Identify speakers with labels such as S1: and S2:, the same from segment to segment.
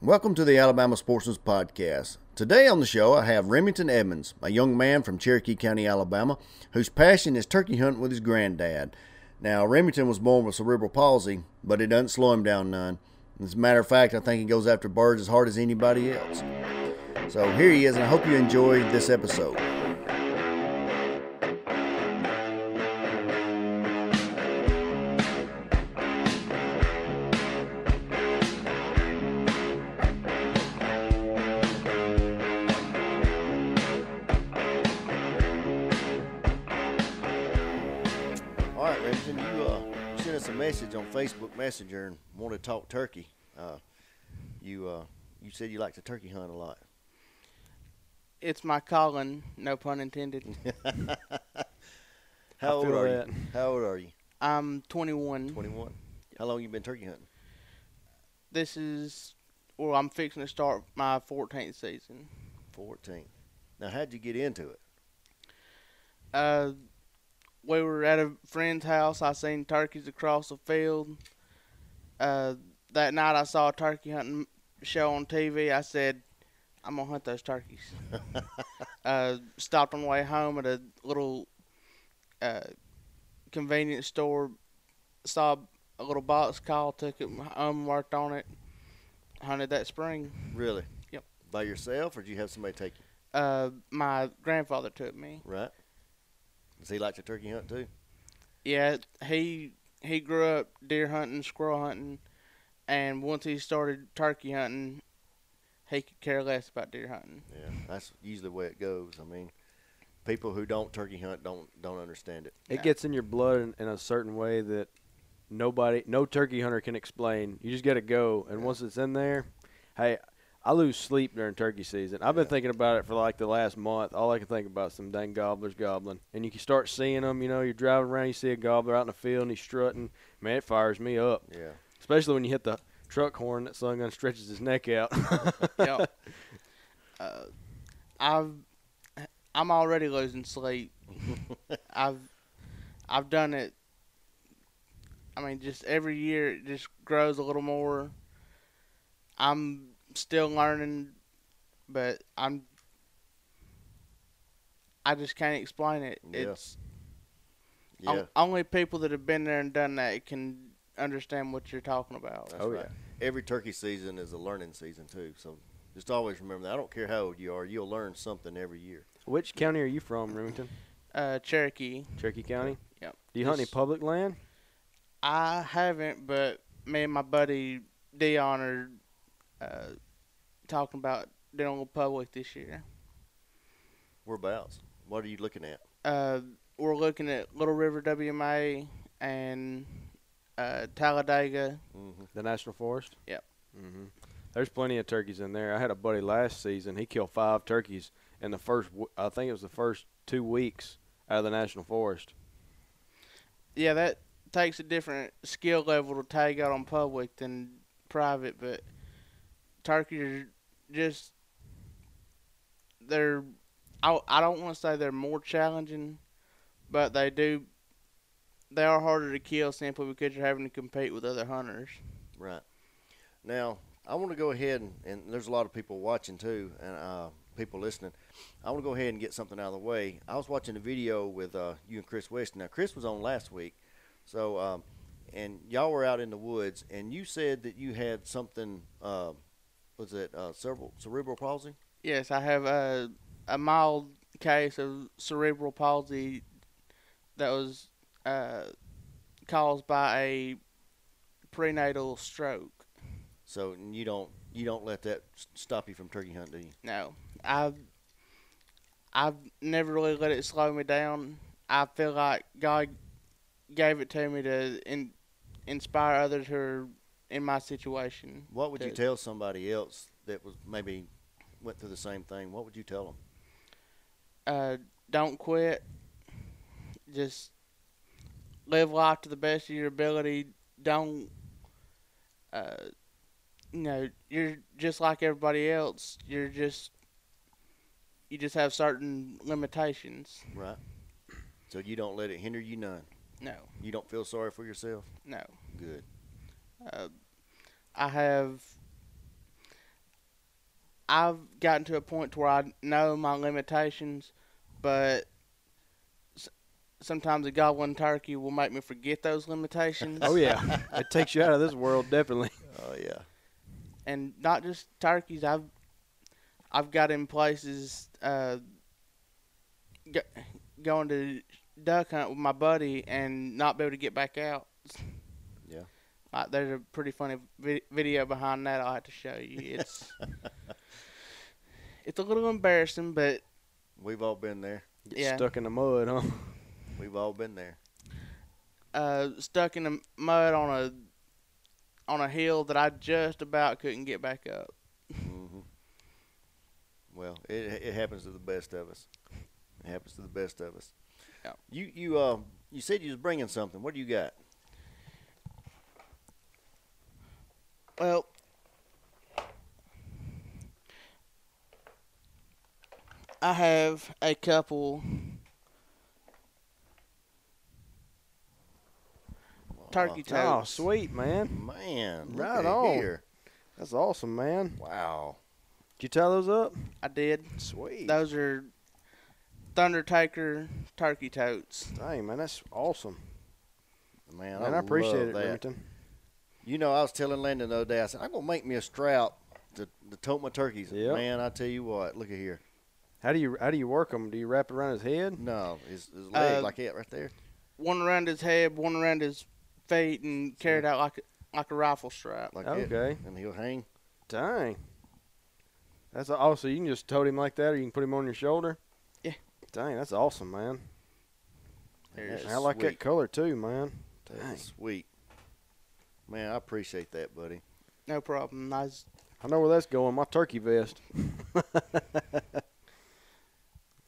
S1: Welcome to the Alabama Sportsman's Podcast. Today on the show, I have Remington Edmonds, a young man from Cherokee County, Alabama, whose passion is turkey hunting with his granddad. Now, Remington was born with cerebral palsy, but it doesn't slow him down none. As a matter of fact, I think he goes after birds as hard as anybody else. So here he is, and I hope you enjoy this episode. All right, Remington, you uh, sent us a message on Facebook Messenger and want to talk turkey. Uh, you uh, you said you like to turkey hunt a lot.
S2: it's my calling, no pun intended.
S1: How old
S3: feel
S1: are
S3: that.
S1: you? How old are you?
S2: I'm 21.
S1: Twenty one. How long you been turkey hunting?
S2: This is, well, I'm fixing to start my 14th season.
S1: Fourteen. Now, how'd you get into it?
S2: Uh, we were at a friend's house. I seen turkeys across the field. Uh, that night I saw a turkey hunting show on TV. I said, I'm gonna hunt those turkeys. uh, stopped on the way home at a little uh, convenience store. Saw a little box call, took it home, worked on it, hunted that spring.
S1: Really?
S2: Yep.
S1: By yourself, or did you have somebody take you?
S2: Uh, my grandfather took me.
S1: Right. Does he like to turkey hunt too?
S2: Yeah, he he grew up deer hunting, squirrel hunting, and once he started turkey hunting, he could care less about deer hunting.
S1: Yeah. That's usually the way it goes. I mean, people who don't turkey hunt don't don't understand it.
S3: It
S2: Yeah.
S3: gets in your blood in, in a certain way that nobody, no turkey hunter can explain. You just got to go, and once it's in there, hey, I lose sleep during turkey season. I've been
S1: Yeah.
S3: thinking about it for like the last month. All I can think about is some dang gobblers gobbling, and you can start seeing them. You know, you're driving around, you see a gobbler out in the field, and he's strutting. Man, it fires me up,
S1: Yeah.
S3: especially when you hit the truck horn that son gun stretches his neck out.
S2: yep. Uh, I've I'm already losing sleep. I've I've done it. I mean, just every year it just grows a little more. I'm still learning, but I'm I just can't explain it.
S1: Yeah.
S2: It's Oh,
S1: Yeah.
S2: on- only people that have been there and done that can understand what you're talking about.
S1: That's
S3: Oh,
S1: right. Every turkey season is a learning season too. So just always remember that. I don't care how old you are, you'll learn something every year.
S3: Which county are you from, Remington?
S2: Uh, Cherokee.
S3: Cherokee County.
S2: Yep.
S3: Do you hunt any
S2: Just-
S3: public land?
S2: I haven't, but me and my buddy Dion are uh, talking about doing a little public this year.
S1: Whereabouts? What are you looking at?
S2: Uh, we're looking at Little River WMA and uh, Talladega.
S1: Mm-hmm.
S3: The National Forest?
S2: Yep.
S3: hmm There's plenty of turkeys in there. I had a buddy last season. He killed five turkeys in the first, w- I think it was the first two weeks out of the National Forest.
S2: Yeah, that takes a different skill level to tag out on public than private, but turkeys are just they're I, I don't want to say they're more challenging, but they do they are harder to kill simply because you're having to compete with other hunters.
S1: Right. Now, I want to go ahead and, and there's a lot of people watching too, and uh, people listening. I want to go ahead and get something out of the way. I was watching a video with uh, you and Chris West. Now, Chris was on last week, so um, and y'all were out in the woods, and you said that you had something. Uh, was it uh, cerebral cerebral palsy?
S2: Yes, I have a a mild case of cerebral palsy that was uh, caused by a prenatal stroke.
S1: So and you don't you don't let that s- stop you from turkey hunting, do you?
S2: No, I've I've never really let it slow me down. I feel like God gave it to me to in, inspire others who are in my situation.
S1: What would you
S2: Does.
S1: tell somebody else that was maybe went through the same thing? What would you tell them?
S2: Uh, don't quit. Just live life to the best of your ability. Don't. Uh, you know, you're just like everybody else. You're just. You just have certain limitations.
S1: Right. So you don't let it hinder you none.
S2: No,
S1: You don't feel sorry for yourself.
S2: no.
S1: Good.
S2: Uh, I have I've gotten to a point to where I know my limitations, but s- sometimes a goblin turkey will make me forget those limitations.
S3: Oh yeah, it takes you out of this world definitely.
S1: Oh yeah.
S2: and not just turkeys. I've I've got in places uh, go, going to duck hunt with my buddy and not be able to get back out.
S1: Yeah.
S2: Like, there's a pretty funny vi- video behind that I'll have to show you. It's it's a little embarrassing, but
S1: We've all been there.
S3: Get
S2: Yeah.
S3: Stuck in the mud, huh?
S1: We've all been there.
S2: uh, stuck in the mud on a on a hill that I just about couldn't get back up.
S1: hmm Well, it it happens to the best of us. It happens to the best of us.
S2: Yeah.
S1: You you uh you said you was bringing something. What do you got?
S2: Well, I have a couple turkey
S1: Oh,
S2: toes.
S3: Oh, sweet man,
S1: Man, look
S3: Right
S1: at
S3: on.
S1: Here.
S3: that's awesome, man.
S1: Wow.
S3: Did you tie those up?
S2: I did.
S3: Sweet.
S2: Those are Thunder Taker turkey totes.
S3: Dang man, that's awesome.
S1: Man,
S3: Man, I,
S1: I,
S3: appreciate
S1: love
S3: it,
S1: that.
S3: Remington.
S1: You know, I was telling Landon the other day, I said, I'm going to make me a strout to, to tote my turkeys.
S3: Yep.
S1: Man, I tell you what, look at here.
S3: How do you how do you work them? Do you wrap it around his head?
S1: No, his, his leg
S2: Uh,
S1: like that right there.
S2: One around his head, one around his feet, and carried out like a, like a rifle strap.
S1: Like that.
S3: Okay.
S1: And he'll hang.
S3: Dang. That's also you can just tote him like that, or you can put him on your shoulder.
S2: Yeah.
S3: Dang, that's awesome, man.
S1: And
S2: There's-
S1: that's
S3: I like that
S1: sweet.
S3: color too, man.
S1: That's
S3: Dang.
S1: sweet. Man, I appreciate that, buddy.
S2: No problem. I was,
S3: I know where that's going. My turkey vest.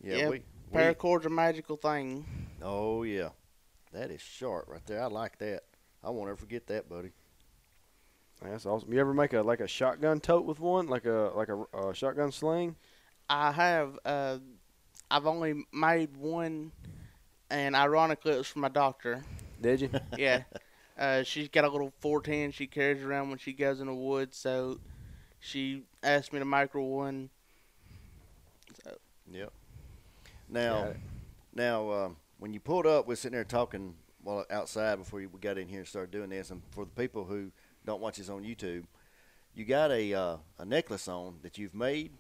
S1: Yeah,
S2: Yeah,
S1: we, we-
S2: paracords are a magical thing.
S1: Oh, yeah. That is sharp right there. I like that. I won't ever forget that, buddy.
S3: Man, that's awesome. You ever make a like a shotgun tote with one, like a like a, uh shotgun sling?
S2: I have. Uh, I've only made one, and ironically, it was for my doctor.
S3: Did you?
S2: yeah. Uh, she's got a little 410 she carries around when she goes in the woods, so she asked me to micro one.
S1: Yep. Now,
S3: Got it.
S1: now, um, when you pulled up, we're sitting there talking while outside before you, we got in here and started doing this. And for the people who don't watch this on YouTube, you got a uh, a necklace on that you've made.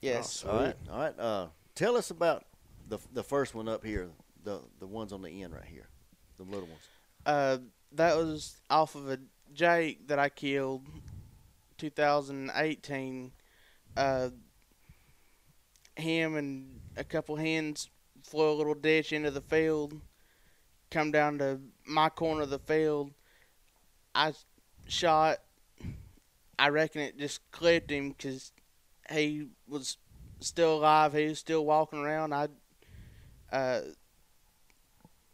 S2: Yes.
S1: All right, all right. Oh, Uh, tell us about the the first one up here, the the ones on the end right here, the little ones.
S2: Uh, that was off of a Jake that I killed 2018. Uh, him and a couple hens flew a little ditch into the field, come down to my corner of the field. I s- shot, I reckon it just clipped him because he was still alive. He was still walking around. I uh,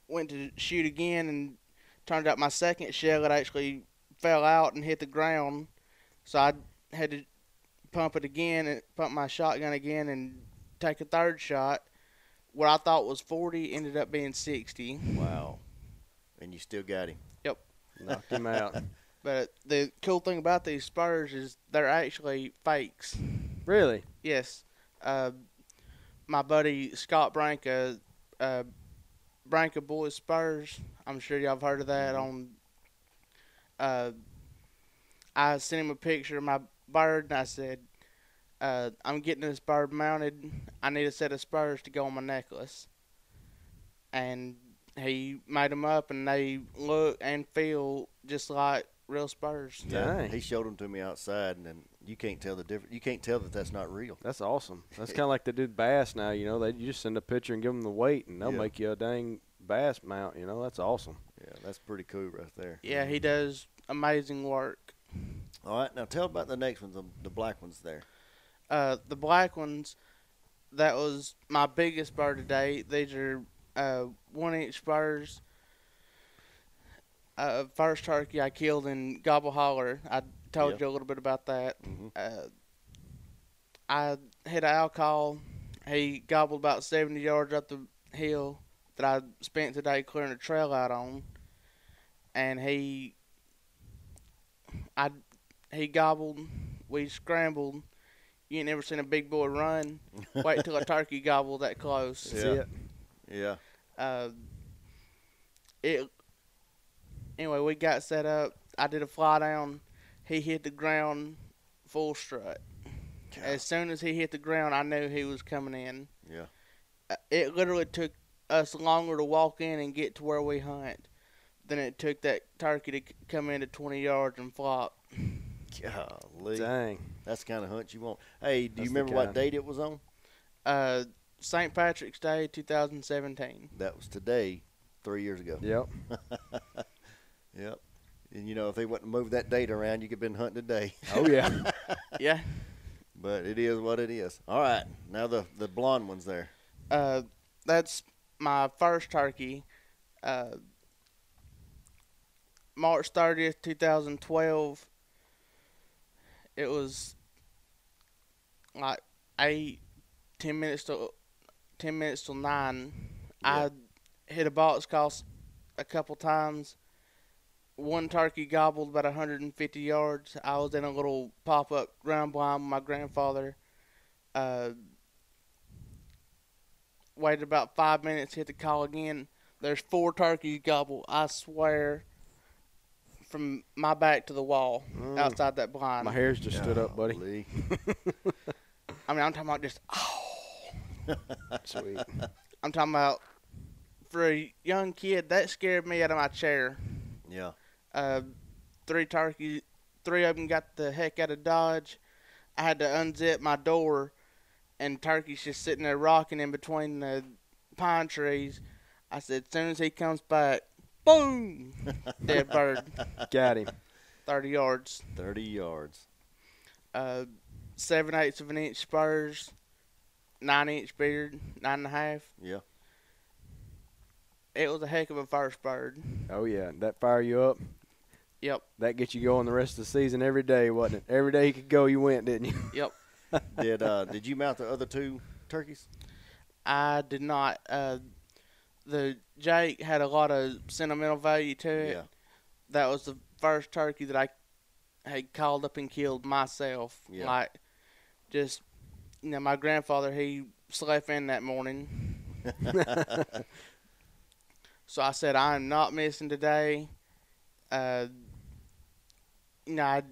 S2: went to shoot again and turned out my second shell had actually fell out and hit the ground. So I had to pump it again and pump my shotgun again and take a third shot. What I thought was 40 ended up being 60.
S1: Wow. And you still got him.
S3: Knocked him out.
S2: But the cool thing about these spurs is they're actually fakes.
S3: Really?
S2: Yes. Uh, my buddy Scott Branca, uh, Branca Boys Spurs. I'm sure y'all have heard of that. On, uh, I sent him a picture of my bird, and I said, uh, "I'm getting this bird mounted. I need a set of spurs to go on my necklace." And he made them up, and they look and feel just like real spurs.
S3: Dang.
S1: He showed them to me outside, and then you can't tell the difference. You can't tell that that's not real.
S3: That's awesome. That's kind of like they do bass now. You know, they you just send a picture and give them the weight, and they'll
S1: Yeah.
S3: make you a dang bass mount. You know, that's awesome.
S1: Yeah, that's pretty cool right there.
S2: Yeah, he does amazing work.
S1: All right, now tell about the next ones, the, the black ones there.
S2: uh, the black ones, that was my biggest bird to date. These are uh, one inch birds. Uh, first turkey I killed in Gobble Holler. I told
S1: Yeah.
S2: you a little bit about that.
S1: Mhm.
S2: Uh, I hit an alcohol. He gobbled about 70 yards up the hill that I spent today clearing a trail out on. And he, I, he gobbled. We scrambled You ain't never seen a big boy run. Wait till a turkey gobble that close.
S3: That's
S1: Yeah.
S3: it.
S1: Yeah.
S2: Uh, it. Anyway, we got set up. I did a fly down. He hit the ground full strut. As soon as he hit the ground, I knew he was coming in.
S1: Yeah.
S2: Uh, It literally took us longer to walk in and get to where we hunt than it took that turkey to c- come into 20 yards and flop.
S1: Golly.
S3: Dang.
S1: That's the kind of hunt you want. Hey, do
S3: That's
S1: you
S3: the
S1: remember what
S3: kind.
S1: date it was on?
S2: Uh, St. Patrick's Day 2017.
S1: That was today, three years ago.
S3: Yep.
S1: Yep. And you know, if they wouldn't move that date around, you could have been hunting today.
S3: Oh yeah.
S2: yeah.
S1: But it is what it is. All right. Now the the blonde one's there.
S2: Uh, that's my first turkey. Uh, March 30th, 2012. It was like eight, ten minutes to ten minutes till nine.
S1: Yeah.
S2: I hit a box call s- a couple times. One turkey gobbled about 150 yards. I was in a little pop-up ground blind with my grandfather. Uh, waited about five minutes, hit the call again. There's four turkeys gobble, I swear, from my back to the wall
S3: Mm.
S2: outside that blind.
S3: My hair's just stood up, buddy.
S1: Golly.
S2: I mean, I'm talking about just,
S3: Sweet.
S2: I'm talking about for a young kid, that scared me out of my chair.
S1: Yeah.
S2: Uh, three turkeys, three of them got the heck out of Dodge. I had to unzip my door, and turkey's just sitting there rocking in between the pine trees. I said, as soon as he comes back, boom, dead bird,
S3: Got him.
S2: 30 yards.
S1: Thirty yards.
S2: uh, seven eighths of an inch spurs, nine inch beard, nine and a half.
S1: Yeah.
S2: It was a heck of a first bird.
S3: Oh yeah. That fire you up.
S2: Yep,
S3: That gets you going the rest of the season every day, wasn't it? Every day you could go, you went, didn't you?
S2: yep.
S1: Did uh did you mount the other two turkeys?
S2: I did not. Uh, the Jake had a lot of sentimental value to it.
S1: Yeah.
S2: That was the first turkey that I had called up and killed myself.
S1: Yeah.
S2: Like, just, you know, my grandfather, he slept in that morning. so I said, I am not missing today. Uh, you know, I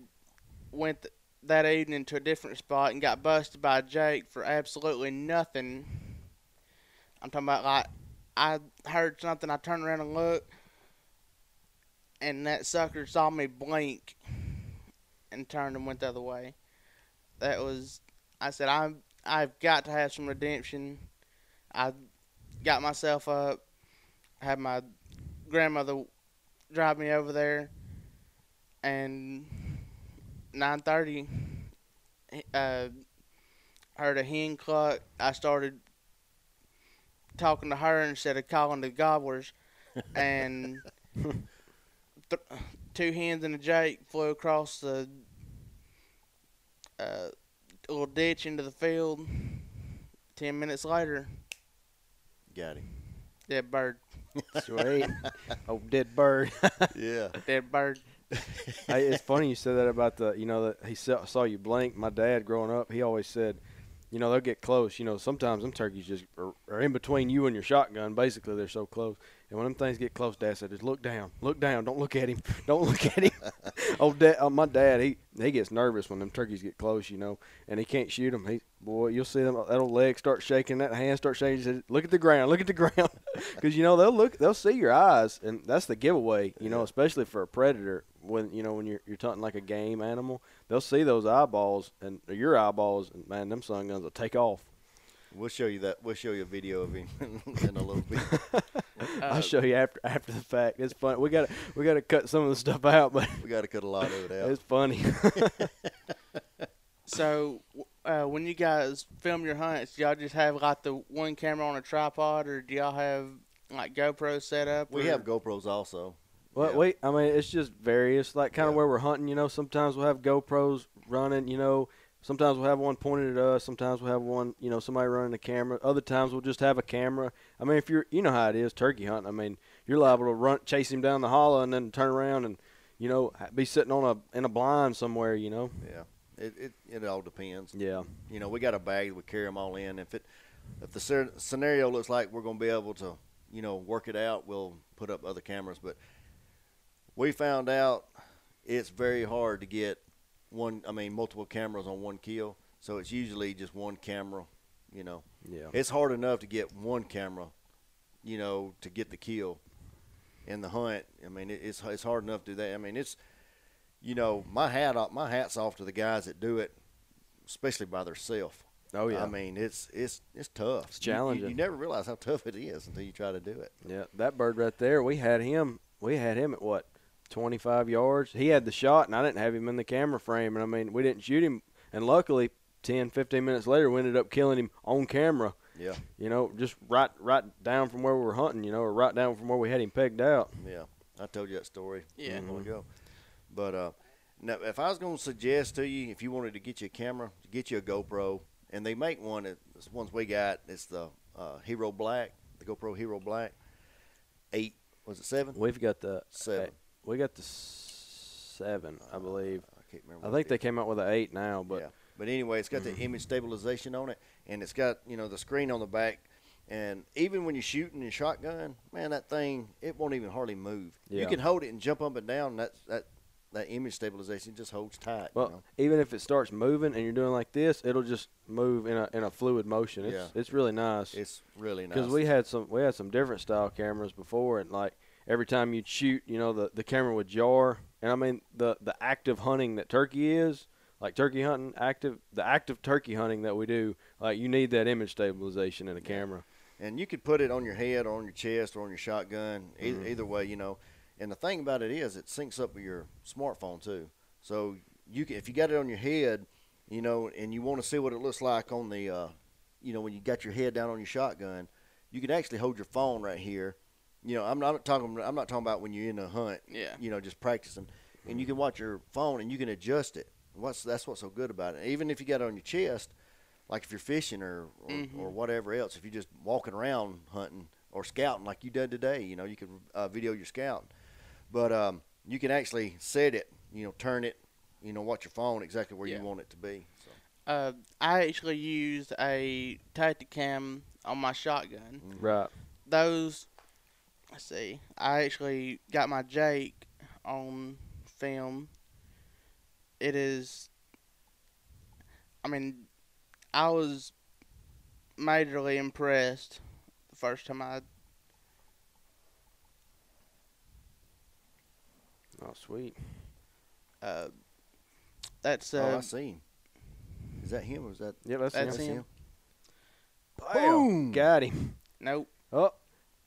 S2: went th- that evening to a different spot and got busted by Jake for absolutely nothing. I'm talking about like I heard something, I turned around and looked, and that sucker saw me blink and turned and went the other way. That was I said I'm I've got to have some redemption. I got myself up, had my grandmother drive me over there, and nine thirty, uh, heard a hen cluck. I started talking to her instead of calling the gobblers, and th- two hens and a jake flew across the uh, little ditch into the field. Ten minutes later,
S1: Got him.
S2: dead bird,
S3: Sweet. Oh, dead bird.
S1: Yeah.
S2: dead bird.
S3: hey, it's funny you said that about the, you know, that he saw, saw you blink. My dad growing up, he always said, you know, they'll get close. You know, sometimes them turkeys just are, are in between you and your shotgun. Basically, they're so close. And when them things get close, Dad said, just look down, look down, don't look at him, don't look at him. oh, dad, oh, my dad, he he gets nervous when them turkeys get close, you know, and he can't shoot them. He, boy, you'll see them that old leg start shaking, that hand start shaking. He said, look at the ground, look at the ground, because you know they'll look, they'll see your eyes, and that's the giveaway, you know, especially for a predator when you know when you're you're hunting like a game animal, they'll see those eyeballs and or your eyeballs, and man, them sun guns will take off.
S1: We'll show you that. We'll show you a video of him in a little bit.
S2: Uh,
S3: I'll show you after after the fact. It's fun. We got to we got to cut some of the stuff out, but
S1: We got to cut a lot of it out.
S3: it's funny.
S2: So, w- uh, when you guys film your hunts, do y'all just have like the one camera on a tripod, or do y'all have like GoPro set up?
S1: We
S2: or-
S1: have GoPros also.
S3: Well,
S1: Yeah.
S3: wait. I mean, it's just various, like kind of
S1: Yeah.
S3: where we're hunting. You know, sometimes we'll have GoPros running. You know, sometimes we'll have one pointed at us. Sometimes we'll have one. You know, somebody running the camera. Other times we'll just have a camera. I mean, if you're, you know how it is, turkey hunting. I mean, you're liable to run, chase him down the hollow, and then turn around and, you know, ha- be sitting on a in a blind somewhere. You know,
S1: Yeah. It it, it all depends.
S3: Yeah.
S1: You know, we got a bag. We carry them all in. If it if the scer- scenario looks like we're going to be able to, you know, work it out, we'll put up other cameras. But we found out it's very hard to get one. I mean, multiple cameras on one kill. So it's usually just one camera. You know,
S3: Yeah.
S1: it's hard enough to get one camera, you know, to get the kill in the hunt. I mean, it, it's it's hard enough to do that. I mean, it's you know, my hat off, my hats off to the guys that do it, especially by themselves.
S3: Oh yeah.
S1: I mean, it's it's it's tough.
S3: It's
S1: You- you- You,
S3: challenging.
S1: never realize how tough it is until you try to do it.
S3: yeah. That bird right there, we had him. We had him at what, 25 yards. He had the shot, and I didn't have him in the camera frame. And I mean, we didn't shoot him. And luckily, 10, 15 minutes later, we ended up killing him on camera.
S1: Yeah,
S3: You know, just right, right down from where we were hunting. You know, or right down from where we had him pegged out.
S1: yeah. I told you that story.
S2: Yeah.
S1: a while ago. But uh, now, if I was going to suggest to you, if you wanted to get you a camera, get you a GoPro, and they make one. that- This one's we got. It's the uh, Hero Black, the GoPro Hero Black. Eight was it seven?
S3: We've got the
S1: Seven. Uh,
S3: We got the s- seven, I believe.
S1: I can't remember.
S3: I
S1: what
S3: think
S1: it
S3: they came out with an eight now, but Mm-hmm.
S1: yeah. But anyway, it's got the image stabilization on it, and it's got you know the screen on the back. And even when you're shooting your shotgun, man, that thing it won't even hardly move. You
S3: Yeah.
S1: can hold it and jump up and down. And that that that image stabilization just holds tight.
S3: well,
S1: you know?
S3: even if it starts moving and you're doing like this, it'll just move in a in a fluid motion. It's it's really nice
S1: it's really nice.
S3: because we had some we had some different style cameras before, and like every time you'd shoot, you know the the camera would jar. And I mean the the active hunting that turkey is like turkey hunting active the active turkey hunting that we do like you need that image stabilization in a camera.
S1: and you could put it on your head or on your chest or on your shotgun e-
S3: Mhm.
S1: either way you know and the thing about it is it syncs up with your smartphone too so you can, if you got it on your head you know and you want to see what it looks like on the uh, you know when you got your head down on your shotgun you can actually hold your phone right here you know i'm not talking i'm not talking about when you're in a hunt
S2: Yeah.
S1: you know just practicing and you can watch your phone and you can adjust it what's that's what's so good about it even if you got it on your chest like if you're fishing or or,
S2: Mhm.
S1: or whatever else if you're just walking around hunting or scouting like you did today you know you can uh, video your scout but um, you can actually set it you know turn it you know watch your phone exactly where
S2: Yeah.
S1: you want it to be so,
S2: Uh, I actually used a Tacticam on my shotgun.
S3: Right.
S2: Those, let's see, I actually got my Jake on film. It is, I mean, I was majorly impressed the first time I
S3: Oh sweet.
S2: Uh, that's
S1: oh
S2: uh,
S1: i see him. is that him or is that
S3: Yeah, that's,
S2: That's
S3: him.
S2: him.
S3: Bam!
S1: Boom!
S3: Got him.
S2: nope.
S3: Oh,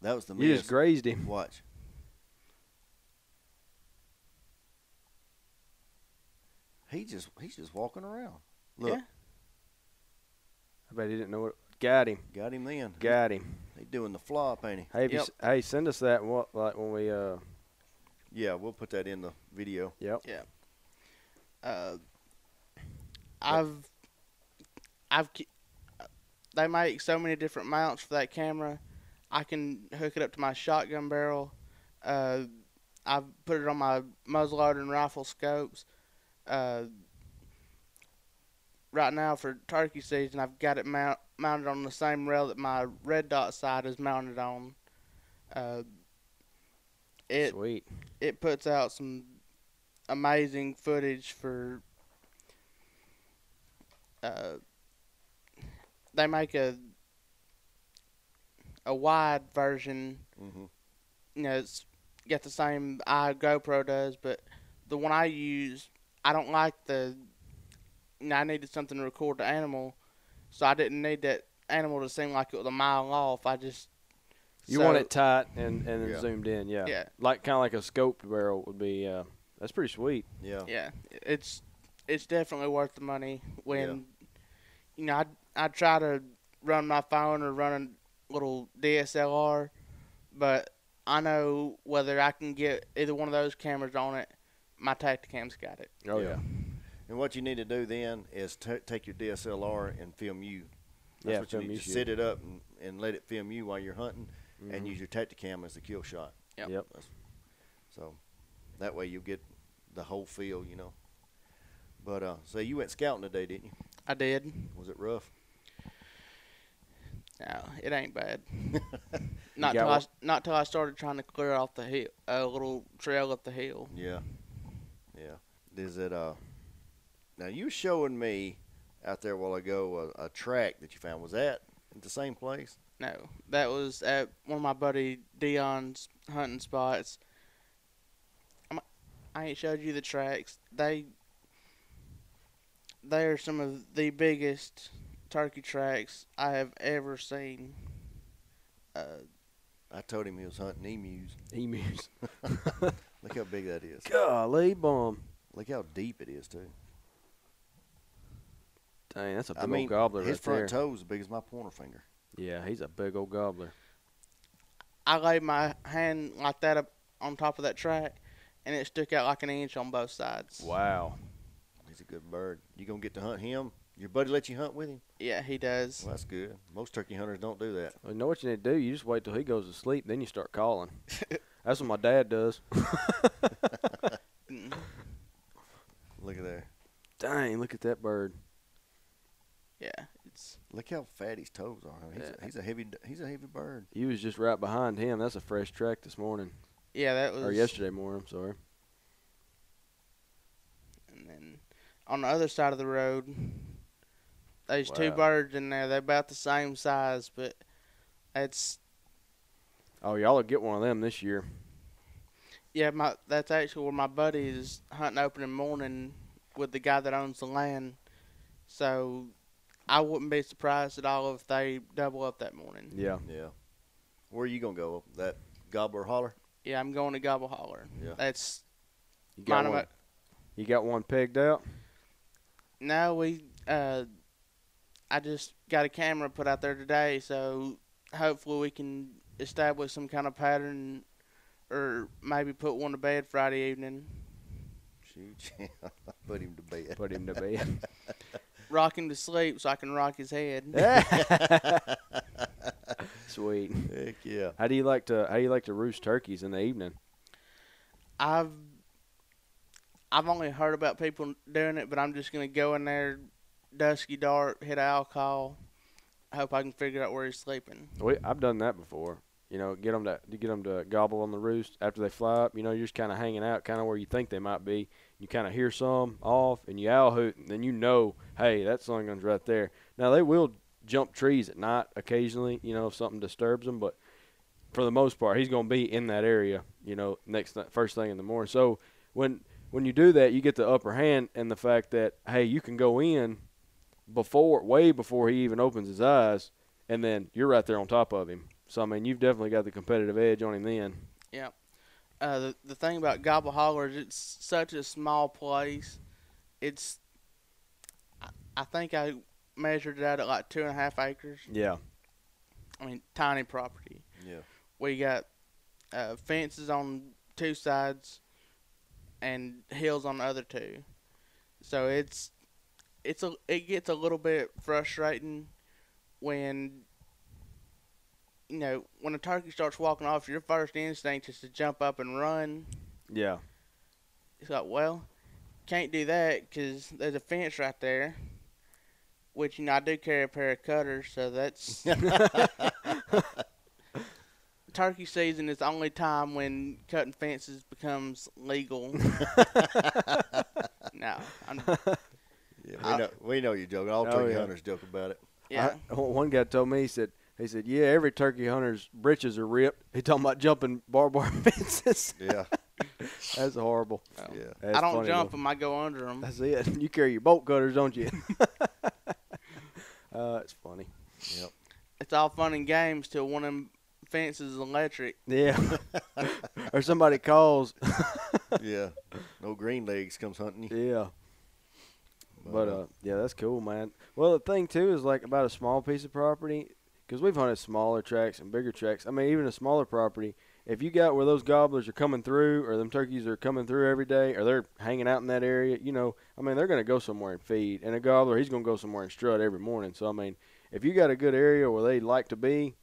S1: that was the
S3: you just
S1: miss.
S3: grazed him.
S1: watch he just he's just walking around look
S2: Yeah.
S3: I bet he didn't know what. Got him.
S1: got him then
S3: Got him.
S1: he doing the flop ain't he
S3: Hey, if you
S2: Yep.
S3: s hey, send us that. What like when we uh.
S1: yeah we'll put that in the video
S3: Yep.
S2: Uh, I've, I've, ki- they make so many different mounts for that camera. I can hook it up to my shotgun barrel. Uh, I've put it on my muzzleloader and rifle scopes. Uh, right now for turkey season, I've got it mount, mounted on the same rail that my red dot sight is mounted on. Uh, it
S3: Sweet.
S2: it puts out some amazing footage for uh, they make a a wide version
S1: mm-hmm.
S2: you know it's got the same eye GoPro does but the one I use I don't like the you know, I needed something to record the animal so I didn't need that animal to seem like it was a mile off I just
S3: You
S2: so-
S3: want it tight and and then
S1: Yeah.
S3: zoomed in. Yeah.
S2: Yeah.
S3: Like kind of like a scoped barrel would be. Uh, that's pretty sweet.
S1: yeah
S2: yeah, it's it's definitely worth the money. When you know, I I try to run my phone or run a little DSLR, but I know whether I can get either one of those cameras on it. My Tacticam's got it.
S3: Oh yeah.
S1: Yeah. And what you need to do then is t- take your DSLR and film you. That's
S3: Yeah,
S1: what
S3: film
S1: you need.
S3: you
S1: Just
S3: shoot.
S1: set it up and, and let it film you while you're hunting, and
S3: Mhm.
S1: use your Tacticam as the kill shot.
S2: Yep.
S3: Yep.
S1: So that way you get the whole feel, you know. But uh, so you went scouting today, didn't you?
S2: I did.
S1: Was it rough?
S2: No, it ain't bad. not
S3: got
S2: till I,
S3: one?
S2: s- not till I started trying to clear off the hill, a little trail up the hill.
S1: Yeah, yeah. Is it uh? Now you were showing me out there a while ago a, a track that you found. Was that at the same place?
S2: No, that was at one of my buddy Dion's hunting spots. I'm, I ain't showed you the tracks. They they are some of the biggest turkey tracks I have ever seen. Uh,
S1: I told him he was hunting emus.
S3: Emus.
S1: Look how big that is.
S3: Golly bum.
S1: Look how deep it is too.
S3: Dang, that's a big
S1: I mean,
S3: old gobbler
S1: his
S3: right
S1: front
S3: there.
S1: toe is as big as my pointer finger.
S3: yeah, he's a big old gobbler.
S2: I laid my hand like that up on top of that track, and it stuck out like an inch on both sides.
S3: Wow.
S1: He's a good bird. You gonna get to hunt him? Your buddy let you hunt with him?
S2: Yeah, he does.
S1: Well, that's good. Most turkey hunters don't do that.
S3: Well, you know what you need to do? You just wait till he goes to sleep, then you start calling. That's what my dad does.
S2: Mm.
S1: Look at there.
S3: Dang, look at that bird.
S2: Yeah, it's
S1: Look how fat his toes are. He's,
S3: Yeah.
S1: a, he's a heavy. He's a heavy bird.
S3: He was just right behind him. That's a fresh track this morning.
S2: yeah that was
S3: Or yesterday morning, I'm sorry.
S2: And then on the other side of the road, there's two
S3: Wow.
S2: birds in there. They're about the same size, but it's
S3: Oh, y'all will get one of them this year.
S2: yeah, my that's actually where my buddy is hunting opening morning with the guy that owns the land. So I wouldn't be surprised at all if they double up that morning.
S3: Yeah.
S1: Yeah. Where are you gonna go? That gobbler holler?
S2: Yeah, I'm going to Gobble Holler.
S1: Yeah.
S2: That's
S3: You got
S2: mine
S3: one.
S2: about.
S3: You got one pegged out?
S2: No, we. Uh, I just got a camera put out there today, so hopefully we can establish some kind of pattern, or maybe put one to bed Friday evening.
S1: Shoot, yeah. put him to bed.
S3: Put him to bed.
S2: Rock him to sleep so I can rock his head.
S3: Sweet.
S1: Heck yeah.
S3: How do you like to how do you like to roost turkeys in the evening?
S2: I've I've only heard about people doing it, but I'm just gonna go in there, dusky dark, hit alcohol. I hope I can figure out where he's sleeping.
S3: We, I've done that before. You know, get them to you get 'em to gobble on the roost after they fly up. You know, you're just kind of hanging out, kind of where you think they might be. You kind of hear some off, and you owl hoot, and then you know, hey, that sun gun's right there. Now they will jump trees at night occasionally. You know, if something disturbs them, but for the most part, he's going to be in that area. You know, next th- first thing in the morning. So when when you do that, you get the upper hand and the fact that hey, you can go in before way before he even opens his eyes, and then you're right there on top of him. So I mean, you've definitely got the competitive edge on him then.
S2: uh, the, the thing about Gobble Holler is it's such a small place. It's, I, I think I measured it out at like two and a half acres.
S3: Yeah.
S2: I mean, tiny property.
S1: Yeah.
S2: We got uh, fences on two sides and hills on the other two. So it's it's a it gets a little bit frustrating when you know when a turkey starts walking off. Your first instinct is to jump up and run.
S3: Yeah.
S2: It's like, well, can't do that 'cause there's a fence right there. Which you know I do carry a pair of cutters, so that's turkey season is the only time when cutting fences becomes legal. no, I'm,
S1: Yeah, we,
S2: I-
S1: know, we know you're joking. All
S3: Oh,
S1: turkey
S3: yeah.
S1: hunters joke about it.
S2: yeah,
S3: I- one one guy told me he said he said yeah every turkey hunter's britches are ripped. He talking about jumping barbed wire fences.
S1: Yeah.
S3: That's horrible.
S2: no.
S1: yeah.
S3: That's
S2: I don't
S3: funny,
S2: jump
S3: though.
S2: them. I go under them.
S3: That's it. You carry your bolt cutters, don't you? uh, it's funny.
S1: Yep.
S2: It's all fun and games till one of them fences is electric.
S3: Yeah. or somebody calls.
S1: Yeah. No green legs comes hunting you.
S3: Yeah. But uh, yeah, that's cool, man. Well, the thing too is like about a small piece of property, because we've hunted smaller tracks and bigger tracks. I mean, even a smaller property, if you got where those gobblers are coming through, or them turkeys are coming through every day, or they're hanging out in that area, you know, I mean, they're gonna go somewhere and feed. And a gobbler, he's gonna go somewhere and strut every morning. So I mean, if you got a good area where they like to be,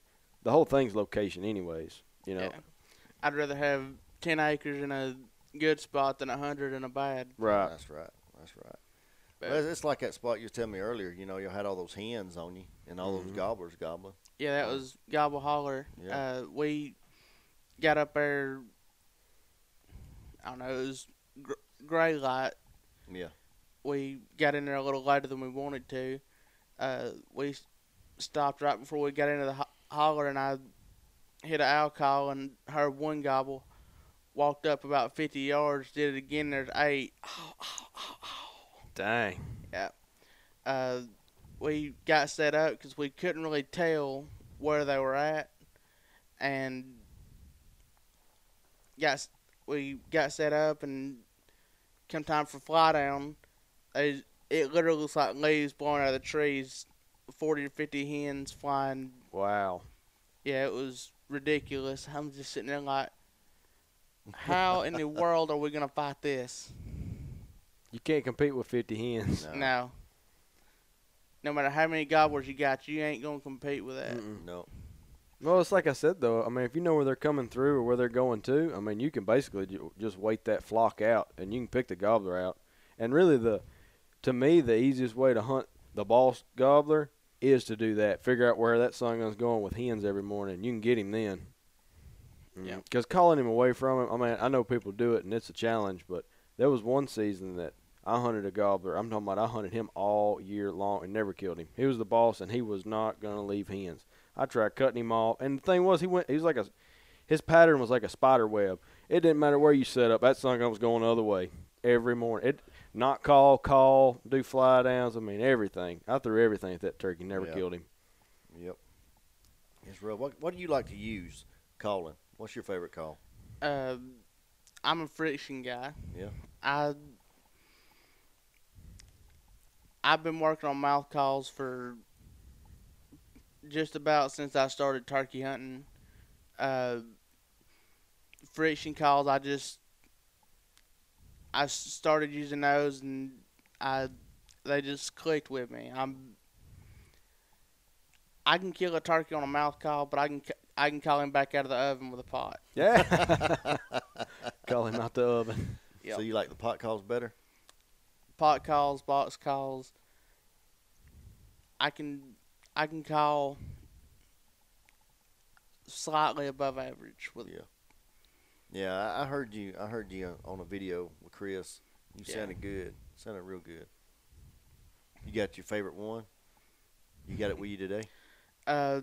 S3: the whole thing's location, anyways. You know,
S2: Yeah. I'd rather have ten acres in a good spot than a hundred in a bad.
S3: right?
S1: That's right. That's right. Well, it's- it's like that spot you was telling me earlier. You know, you had all those hens on you and all
S3: Mhm.
S1: those gobblers gobbling.
S2: Yeah, that
S1: Oh.
S2: was Gobble Holler.
S1: Yeah.
S2: Uh, we got up there. I don't know. It was gr- gray light.
S1: Yeah.
S2: We got in there a little later than we wanted to. Uh, we s- stopped right before we got into the ho- holler, and I hit an owl call and heard one gobble. Walked up about 50 yards, did it again. There's eight.
S3: Dang.
S2: uh, we got set up because we couldn't really tell where they were at, and got s- we got set up and come time for fly down, they, it literally looks like leaves blowing out of the trees, forty to fifty hens flying.
S3: Wow.
S2: Yeah, it was ridiculous. I'm just sitting there like, how in the world are we gonna fight this?
S3: You can't compete with 50 hens.
S1: No.
S2: No. No matter how many gobblers you got, you ain't gonna compete with that.
S3: Mm-mm.
S1: No.
S3: Well, it's like I said though. I mean, if you know where they're coming through or where they're going to, I mean, you can basically ju- just wait that flock out, and you can pick the gobbler out. And really, the to me, the easiest way to hunt the boss gobbler is to do that. Figure out where that sun gun's going with hens every morning. You can get him then.
S2: Yeah.
S3: Because calling him away from him, I mean, I know people do it, and it's a challenge. But there was one season that I hunted a gobbler. I'm talking about I hunted him all year long and never killed him. He was the boss, and he was not gonna leave hens. I tried cutting him off, and the thing was, he went. He was like a, his pattern was like a spider web. It didn't matter where you set up. That sun gun was going the other way every morning. It not call, call, do fly downs. I mean everything. I threw everything at that turkey. Never
S1: Yeah.
S3: killed him.
S1: Yep. It's real. What, what do you like to use calling? What's your favorite call?
S2: Uh, I'm a friction guy.
S1: Yeah.
S2: I I've been working on mouth calls for just about since I started turkey hunting. Uh, friction calls, I just I s- started using those and I they just clicked with me. I'm I can kill a turkey on a mouth call, but I can c- I can call him back out of the oven with a pot.
S3: Yeah. call him out the oven.
S2: Yep.
S1: So you like the pot calls better?
S2: pot calls, box calls. I can I can call slightly above average with
S1: Yeah. Yeah, I, I heard you. I heard you on a video with Chris. You
S2: Yeah.
S1: sounded good. Sounded real good. You got your favorite one? You got it with you today?
S2: uh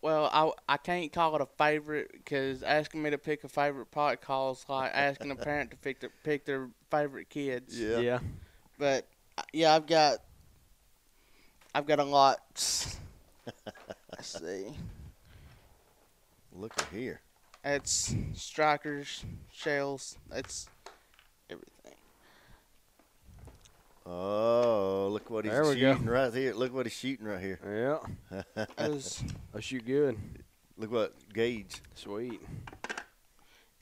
S2: well, I, I can't call it a favorite because asking me to pick a favorite pot call is like asking a parent to pick their, pick their favorite kids.
S1: Yeah.
S3: yeah.
S2: But uh, yeah, I've got I've got a lot. Let's see.
S1: Look at here.
S2: It's strikers, shells. It's everything.
S1: Oh, look what he's
S3: There we go.
S1: shooting right here. Look what he's shooting right here.
S3: Yeah.
S2: Those-
S3: I shoot good.
S1: Look what gauge.
S3: Sweet.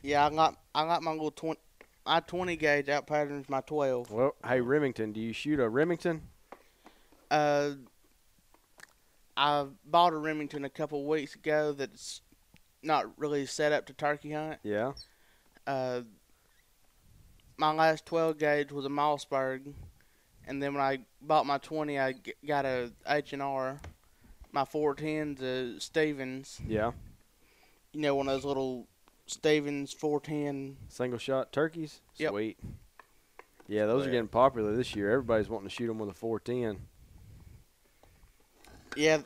S2: Yeah, I got I got my little twenty. My twenty gauge out patterns my twelve.
S3: Well, hey Remington, do you shoot a Remington?
S2: Uh, I bought a Remington a couple weeks ago that's not really set up to turkey hunt.
S3: Yeah.
S2: Uh, my last twelve gauge was a Mossberg, and then when I bought my twenty, I g- got a H and R. My four tens a Stevens.
S3: Yeah.
S2: You know, one of those little Stevens four ten.
S3: Single shot turkeys.
S2: Yep.
S3: Sweet. Yeah, those are
S1: Yeah.
S3: getting popular this year. Everybody's wanting to shoot them with a 410.
S2: Yeah,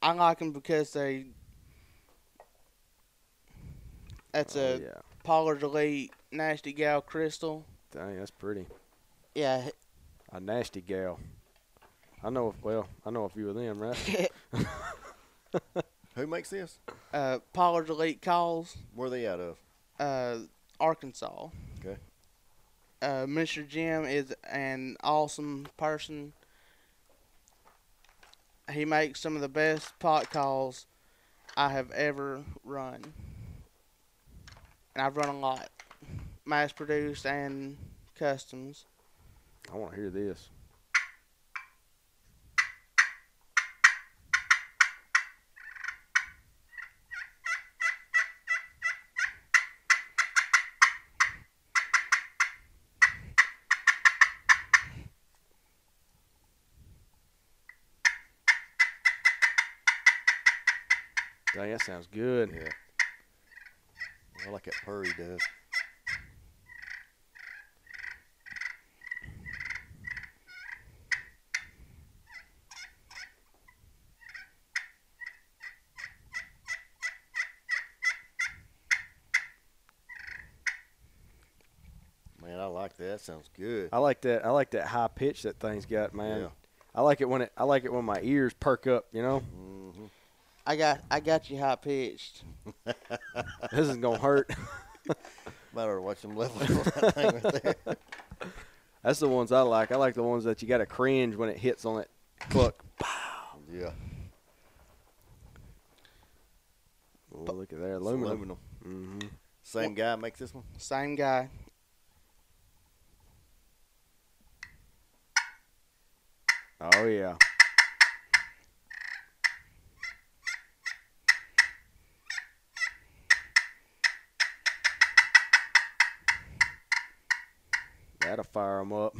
S2: I like them because they. That's
S3: Oh,
S2: a
S3: yeah.
S2: Pollard Elite Nasty Gal Crystal.
S3: Dang, that's pretty.
S2: Yeah,
S3: A nasty gal. I know. Well, I know a few of them, right?
S1: Who makes this?
S2: uh, Pollard Elite Calls,
S1: Where are they out of?
S2: uh, Arkansas.
S1: Okay.
S2: Uh, Mr. Jim is an awesome person. He makes some of the best pot calls I have ever run. And I've run a lot, mass produced and customs.
S3: I want to hear this. Dang, that sounds good.
S1: Yeah. I like that purr he does. Man, I like that. That sounds good.
S3: I like that. I like that high pitch that thing's got, man.
S1: Yeah.
S3: I like it when it. I like it when my ears perk up. You know,
S1: Mhm.
S2: I got I got you high pitched.
S3: this is gonna hurt.
S1: Might ought to watch them level that thing right there.
S3: That's the ones I like. I like the ones that you got to cringe when it hits on it. Cluck.
S1: Yeah.
S3: Oh, look at there,
S1: it's
S3: aluminum.
S1: aluminum.
S3: hmm
S1: Same guy makes this one?
S2: Same guy.
S3: Oh yeah. That'll fire them up.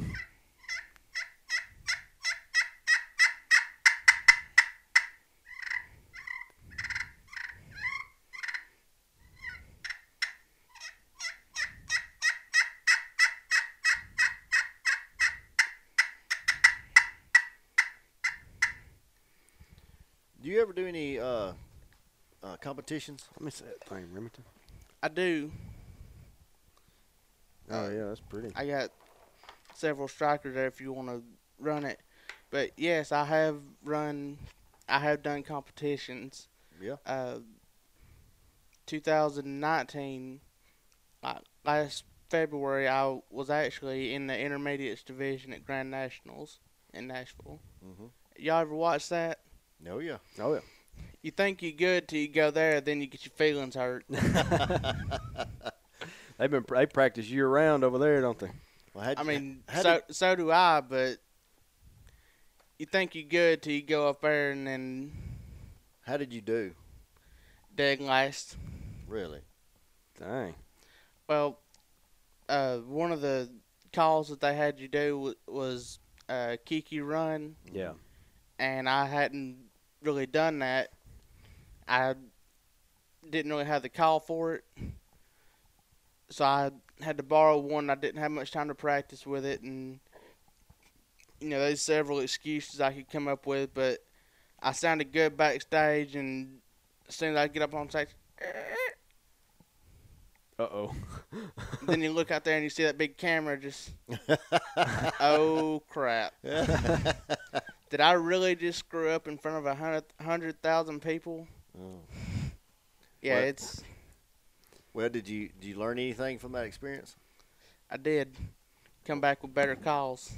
S1: Do you ever do any uh, uh, competitions?
S3: Let me see that thing, Remington.
S2: I do.
S3: Oh yeah, that's pretty.
S2: I got several strikers there if you want to run it. But yes, I have run. I have done competitions.
S1: Yeah.
S2: Uh, 2019, like uh, last February, I was actually in the intermediates division at Grand Nationals in Nashville.
S1: Mm-hmm.
S2: Y'all ever watch that?
S1: No, yeah.
S3: Oh yeah.
S2: You think you're good till you go there, then you get your feelings hurt.
S3: They've been they practice year round over there, don't they?
S1: Well, how'd
S2: I
S1: you-
S2: mean,
S1: how
S2: so
S1: did-
S2: so do I, but you think you're good till you go up there and then
S1: how did you do?
S2: dead last.
S1: Really?
S3: Dang.
S2: Well, uh, one of the calls that they had you do w- was uh, Kiki run,
S3: Yeah.
S2: and I hadn't really done that. I didn't really have the call for it, so I had to borrow one. I didn't have much time to practice with it, and you know, there's several excuses I could come up with, but I sounded good backstage, and as soon as I get up on stage,
S3: Uh oh.
S2: then you look out there and you see that big camera just oh crap did i really just screw up in front of a hundred hundred thousand people
S1: Oh.
S2: yeah
S1: What?
S2: it's
S1: Well, did you did you learn anything from that experience?
S2: i did come back with better calls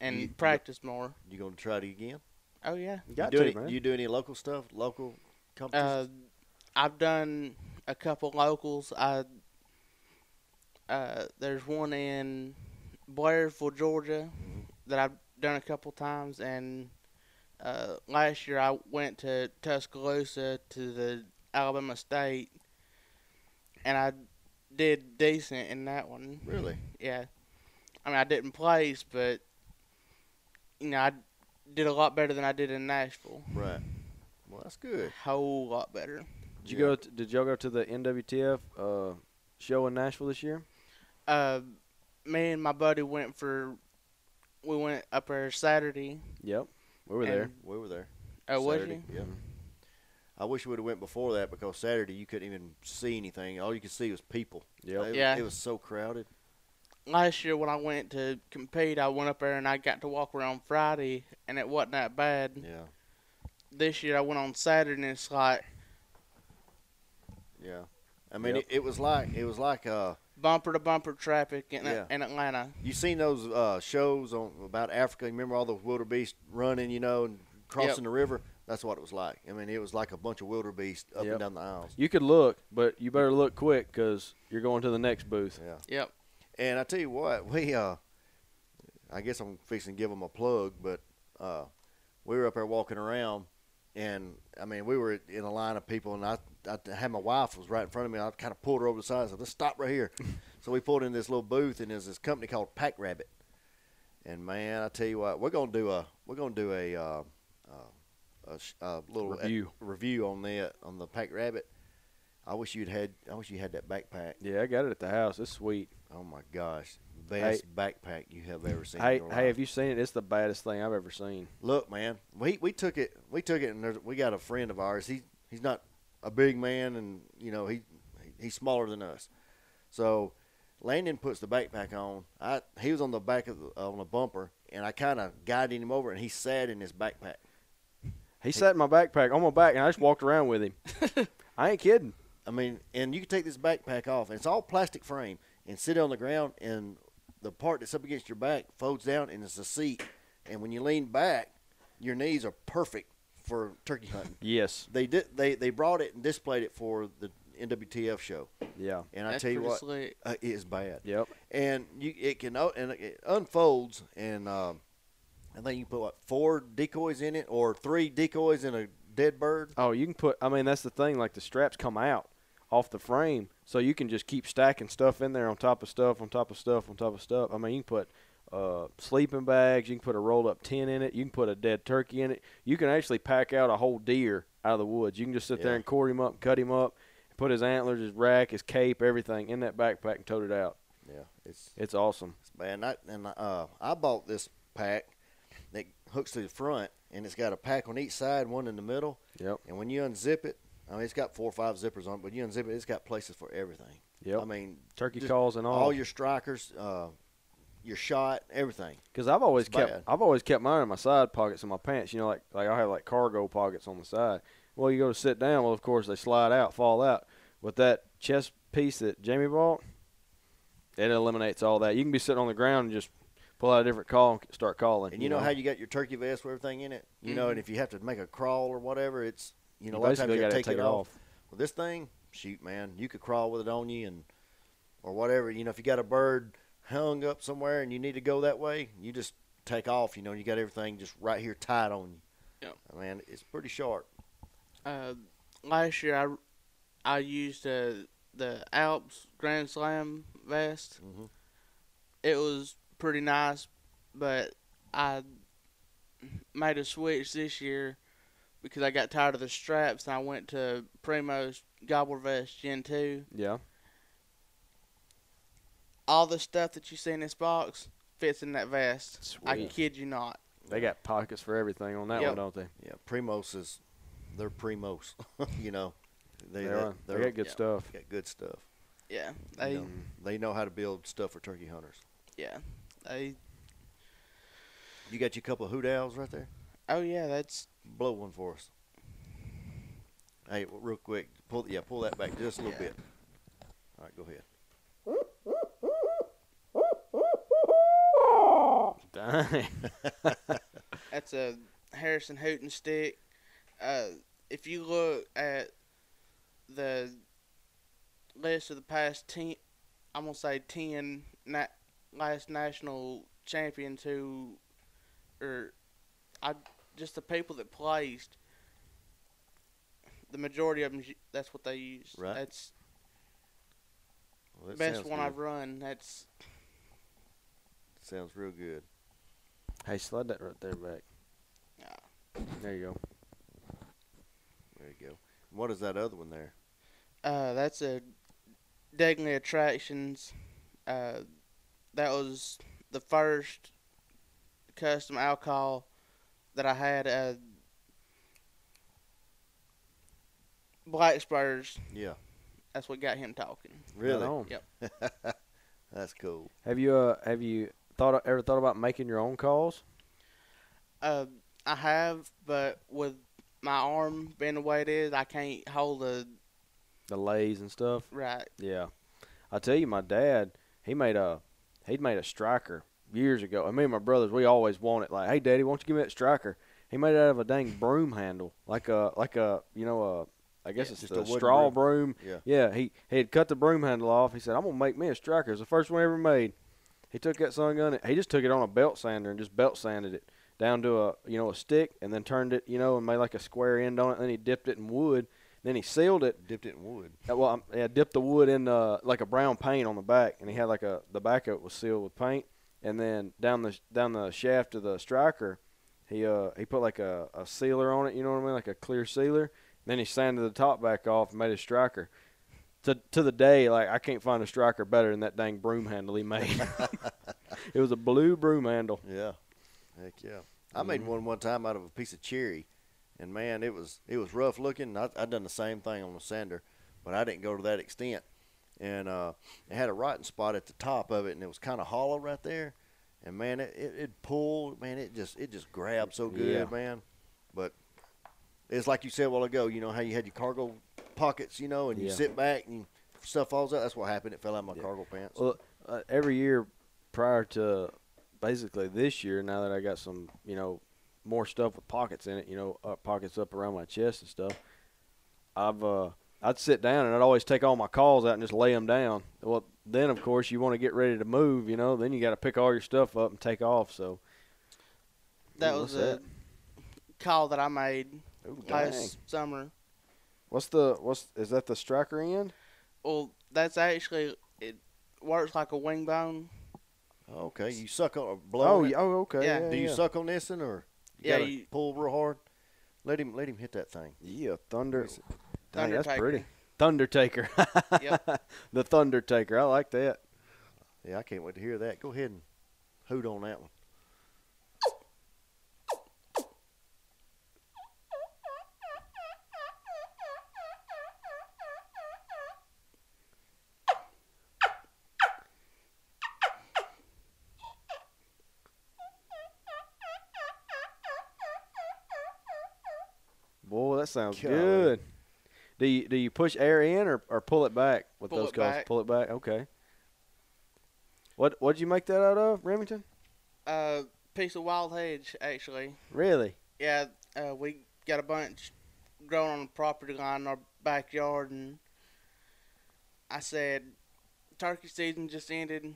S2: and
S1: You-
S2: practice more
S1: You gonna try it again?
S2: oh yeah
S3: You got
S1: you do
S3: to,
S1: any,
S3: man.
S1: You do any local stuff? Local competitions?
S2: uh, i've done a couple locals i uh, there's one in blairsville georgia
S1: Mhm.
S2: that i've done a couple times and uh, last year i went to tuscaloosa to the alabama state and i did decent in that one
S1: really?
S2: yeah i mean i didn't place but you know i did a lot better than i did in nashville
S1: Right. Well, that's good.
S2: whole lot better
S3: Did you
S1: Yeah.
S3: go? To, did y'all go to the NWTF uh, show in Nashville this year?
S2: uh, me and my buddy went for we went up there Saturday.
S3: Yep, we were there.
S2: And-
S1: We were there.
S2: Oh, was
S1: Saturday.
S2: you?
S1: Yeah. I wish we would have went before that because Saturday you couldn't even see anything. All you could see was people.
S3: Yep.
S1: It,
S2: Yeah.
S1: It was so crowded.
S2: Last year when I went to compete, I went up there and I got to walk around Friday, and it wasn't that bad.
S1: Yeah.
S2: This year I went on Saturday, and it's like
S1: Yeah. I mean,
S3: Yep.
S1: it, it was like it was like uh,
S2: bumper to bumper traffic in,
S1: Yeah.
S2: in Atlanta.
S1: you seen those uh, shows on about Africa. You remember all the wildebeest running, you know, and crossing the river. That's what it was like. I mean, it was like a bunch of wildebeest up
S3: Yep.
S1: and down the aisles.
S3: You could look, but you better look quick because you're going to the next booth.
S1: Yeah.
S2: Yep.
S1: And I tell you what, we uh, I guess I'm fixing to give them a plug, but uh, we were up there walking around, and I mean, we were in a line of people, and I, I had my wife was right in front of me. And I kind of pulled her over the side and said, "Let's stop right here." so we pulled in this little booth, and there's this company called Pack Rabbit. And man, I tell you what, we're gonna do a we're gonna do a uh, uh, a, sh- a little e-
S3: Review.
S1: review on that on the pack rabbit. I wish you'd had. I wish you had that backpack.
S3: Yeah, I got it at the house. It's sweet.
S1: Oh my gosh, best backpack you have ever seen. in
S3: Hey,
S1: your
S3: hey,
S1: life.
S3: have you seen it? It's the baddest thing I've ever seen.
S1: Look, man, we we took it. We took it, and there's, we got a friend of ours. He he's not a big man, and you know he he's smaller than us. So Landon puts the backpack on. I he was on the back of the, on the bumper, and I kind of guided him over, and he sat in his backpack.
S3: He sat in my backpack on my back, and I just walked around with him. I ain't kidding.
S1: I mean, and you can take this backpack off, and it's all plastic frame, and sit on the ground, and the part that's up against your back folds down, and it's a seat. And when you lean back, your knees are perfect for turkey hunting.
S3: Yes.
S1: they did they they brought it and displayed it for the NWTF show.
S3: Yeah.
S1: And I
S2: That's
S1: tell you
S2: pretty
S1: what,
S2: slick.
S1: uh, it is bad.
S3: Yep.
S1: And you it can o- and it unfolds and um, I think you put what four decoys in it or three decoys in a dead bird.
S3: Oh, you can put. I mean, that's the thing. Like the straps come out off the frame, so you can just keep stacking stuff in there on top of stuff, on top of stuff, on top of stuff. I mean, you can put uh, sleeping bags. You can put a rolled up tin in it. You can put a dead turkey in it. You can actually pack out a whole deer out of the woods. You can just sit there
S1: Yeah.
S3: and cord him up, cut him up, put his antlers, his rack, his cape, everything in that backpack and tote it out.
S1: Yeah, it's
S3: It's awesome.
S1: it's bad. And I, and uh, I bought this pack that hooks to the front and it's got a pack on each side, one in the middle.
S3: Yep.
S1: And when you unzip it, I mean it's got four or five zippers on it, but you unzip it, it's got places for everything.
S3: Yep.
S1: I mean
S3: turkey
S1: just
S3: calls and all.
S1: all your strikers, uh, your shot, everything.
S3: Because I've always
S1: It's
S3: kept
S1: bad.
S3: I've always kept mine in my side pockets in my pants. You know, like like I have like cargo pockets on the side. Well, you go to sit down. Well, of course they slide out, fall out. With that chest piece that Jamie bought, it eliminates all that. You can be sitting on the ground and just pull out a different call and start calling.
S1: And you know, how you got your turkey vest with everything in it, you know, and if you have to make a crawl or whatever, it's you know a lot of times
S3: basically
S1: you
S3: got
S1: gotta
S3: to
S1: take, it off. Well, this thing, shoot, man, you could crawl with it on you and or whatever. You know, if you got a bird hung up somewhere and you need to go that way, you just take off. You know, you got everything just right here tied on you.
S2: Yep.
S1: I mean, it's pretty sharp.
S2: Uh, last year I, I used uh, the Alps Grand Slam vest.
S1: hmm
S2: It was pretty nice, but I made a switch this year because I got tired of the straps and I went to Primo's Gobbler Vest Gen 2.
S3: Yeah,
S2: All the stuff that you see in this box fits in that vest. I
S3: Sweet.
S2: kid you not.
S3: they got pockets for everything on that
S2: Yep.
S3: one, don't they?
S1: Yeah, Primos is they're Primos. you know, they
S3: They,
S1: they-
S3: are. they
S1: they're-
S3: got good
S2: yeah.
S3: stuff.
S1: got good stuff.
S2: Yeah, they
S1: No. They know how to build stuff for turkey hunters.
S2: yeah they
S1: You got your couple of hoot owls right there.
S2: oh yeah that's
S1: Blow one for us. Hey, w- real quick, pull yeah, pull that back just a little
S2: Yeah.
S1: bit. All right, go ahead.
S3: Dang.
S2: That's a Harrison Hooten stick. Uh, if you look at the list of the past ten, I'm gonna say ten na- last national champions who, or I just the people that placed. The majority of them, that's what they use.
S1: Right.
S2: That's
S1: Well,
S2: the
S1: that
S2: best
S1: sounds
S2: one
S1: good.
S2: I've run. That's
S1: Sounds real good.
S3: hey, slide that right there back.
S2: Yeah.
S3: There you go.
S1: There you go. What is that other one there?
S2: Uh, that's a Dagley Attractions. Uh, that was the first custom alcohol that I had. Uh, Black Spurs.
S1: Yeah,
S2: That's what got him talking.
S1: really.
S3: Right on.
S1: That's cool.
S3: Have you uh have you thought ever thought about making your own calls?
S2: Uh, I have, but with my arm being the way it is, I can't hold the
S3: The lays and stuff?
S2: right.
S3: Yeah. I tell you my dad, he made a he'd made a striker years ago. And me and my brothers, we always wanted like, hey daddy, won't you give me that striker? He made it out of a dang broom handle. Like a like a you know, a I guess
S1: Yeah,
S3: it's
S1: just
S3: just a,
S1: a wooden
S3: straw broom.
S1: Yeah.
S3: Yeah, he, he had cut the broom handle off. He said, I'm gonna make me a striker. It's the first one ever made. He took that sun gun. and- He just took it on a belt sander and just belt sanded it down to a you know a stick, and then turned it you know and made like a square end on it. And then he dipped it in wood. Then he sealed it.
S1: Dipped it in wood.
S3: Uh, Well, I'm- yeah, dipped the wood in uh, like a brown paint on the back, and he had like a the back of it was sealed with paint, and then down the down the shaft of the striker, He uh he put like a, a sealer on it, you know what I mean, like a clear sealer. then he sanded the top back off and made a striker. To to the day, like I can't find a striker better than that dang broom handle he made. it was a blue broom handle.
S1: Yeah. Heck yeah. I made
S3: Mhm.
S1: one one time out of a piece of cherry, and man, it was it was rough looking. I I done the same thing on a sander, but I didn't go to that extent. And uh, it had a rotten spot at the top of it, and it was kind of hollow right there. And man, it, it it pulled. Man, it just it just grabbed so good,
S3: Yeah.
S1: man. But it's like you said a while ago. You know how you had your cargo pockets, you know, and you
S3: Yeah.
S1: sit back and stuff falls out. That's what happened. It fell out of my
S3: Yeah.
S1: cargo pants.
S3: Well, uh, every year prior to basically this year, now that I got some, you know, more stuff with pockets in it, you know, uh, pockets up around my chest and stuff, I've uh, I'd sit down and I'd always take all my calls out and just lay them down. Well, then of course you want to get ready to move, you know, then you got to pick all your stuff up and take off. So
S2: That
S3: Ooh,
S2: was
S3: what's
S2: a call that I made
S3: Ooh, dang.
S2: last summer.
S3: What's the what's is that the striker end?
S2: Well, that's actually it works like a wing bone.
S1: Okay, you suck on a blow.
S3: Oh,
S1: on it?
S3: y- oh, okay.
S2: Yeah.
S3: Yeah.
S1: Do you
S3: yeah.
S1: suck on this one or you
S2: Yeah,
S1: gotta
S2: you-
S1: pull real hard? Let him let him hit that thing.
S3: Yeah, thunder.
S1: Let
S3: Dang, that's
S2: Undertaker.
S3: pretty. Thunder taker.
S2: Yep.
S3: The thunder taker. I like that.
S1: Yeah, I can't wait to hear that. Go ahead and hoot on that one.
S3: Boy, that sounds
S1: Golly.
S3: good. Do you do you push air in or, or pull it back with
S2: Pull
S3: those
S2: it
S3: calls?
S2: back.
S3: Pull it back. Okay. What what'd you make that out of, Remington?
S2: Uh, piece of wild hedge actually.
S3: Really?
S2: Yeah, uh, we got a bunch growing on the property line in our backyard, and I said, turkey season just ended.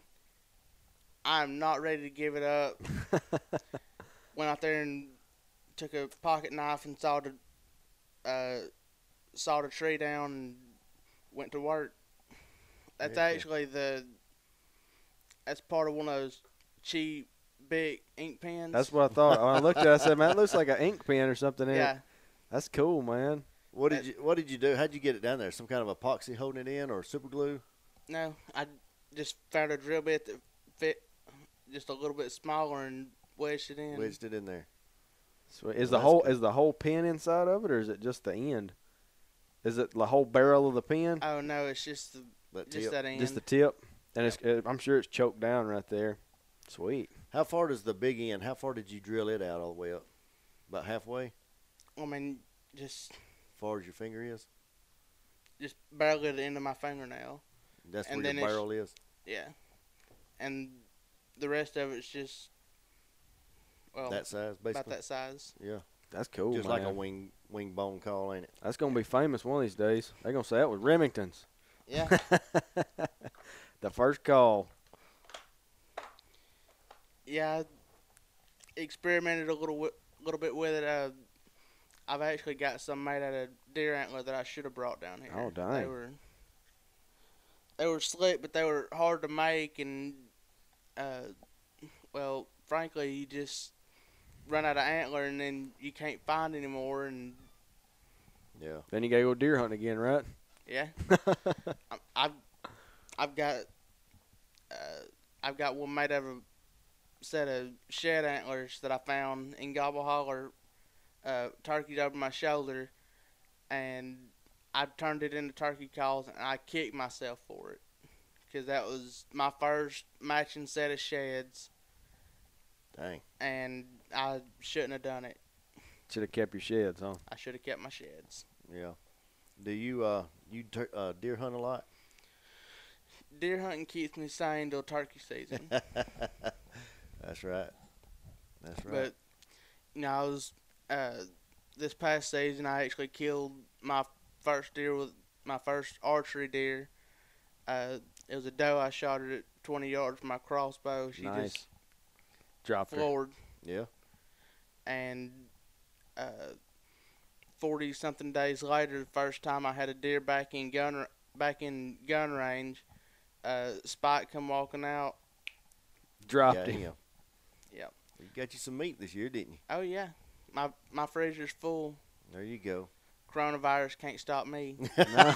S2: I'm not ready to give it up. Went out there and took a pocket knife and sawed a, uh, sawed a tree down and went to work. That's
S1: Very cool.
S2: actually the that's part of one of those cheap big ink pens.
S3: That's what I thought. When I looked at it, I said, man, it looks like an ink pen or something in
S2: yeah.
S3: it. That's cool, man.
S1: What did
S2: That-
S1: you what did you do? How'd you get it down there? Some kind of epoxy holding it in or super glue?
S2: No, I just found a drill bit that fit just a little bit smaller and wedged it in.
S1: Wedged it in there.
S3: So
S1: Well,
S3: is the
S1: that's
S3: whole
S1: good.
S3: is the whole pen inside of it or is it just the end? Is it the whole barrel of the pen?
S2: Oh no, it's just the
S1: That
S2: just
S1: tip.
S2: that end.
S3: Just the tip? And it's uh I'm sure it's choked down right there. Sweet.
S1: How far does the big end? How far did you drill it out all the way up? About halfway?
S2: I mean, just
S1: Far as your finger is?
S2: just barely the end of my fingernail.
S1: That's
S2: And
S1: where
S2: then
S1: your
S2: it's-
S1: barrel is.
S2: Yeah, and the rest of it's just well
S1: that size basically.
S2: about that size.
S1: Yeah.
S3: That's cool.
S1: Just like
S3: man.
S1: a wing wing bone call, ain't it?
S3: That's gonna be famous one of these days. They're gonna say that was Remington's.
S2: Yeah,
S3: The first call.
S2: yeah. I experimented a little wi- little bit with it. Uh, I've actually got some made out of deer antler that I should have brought down here.
S3: Oh,
S2: They
S3: dang.
S2: were they were slick, but they were hard to make, and uh, well, frankly, you just run out of antler, and then you can't find anymore, and
S1: Yeah.
S3: Then you gotta go deer hunting again, right?
S2: yeah, I- I've I've got uh, I've got one made out of a set of shed antlers that I found in Gobble Holler, uh, turkeys over my shoulder, and I turned it into turkey calls, and I kicked myself for it because that was my first matching set of sheds,
S1: Dang.
S2: and I shouldn't have done it.
S3: Should have kept your sheds, huh?
S2: I should have kept my sheds.
S1: Yeah. Do you uh you tur- uh, deer hunt a lot?
S2: Deer hunting keeps me sane till turkey season.
S1: That's right. That's right.
S2: But you know, I was uh, this past season I actually killed my first deer with my first archery deer. Uh, it was a doe I shot her at twenty yards from my crossbow. She
S3: nice.
S2: just
S3: Drop her.
S2: floored
S1: yeah.
S2: and uh, forty something days later, the first time I had a deer back in gun r- back in gun range, uh, Spike come walking out.
S3: Dropped
S1: Got
S3: him.
S1: him.
S2: Yep.
S1: You got you some meat this year, didn't you?
S2: Oh yeah, my my freezer's full.
S1: There you go.
S2: Coronavirus can't stop me,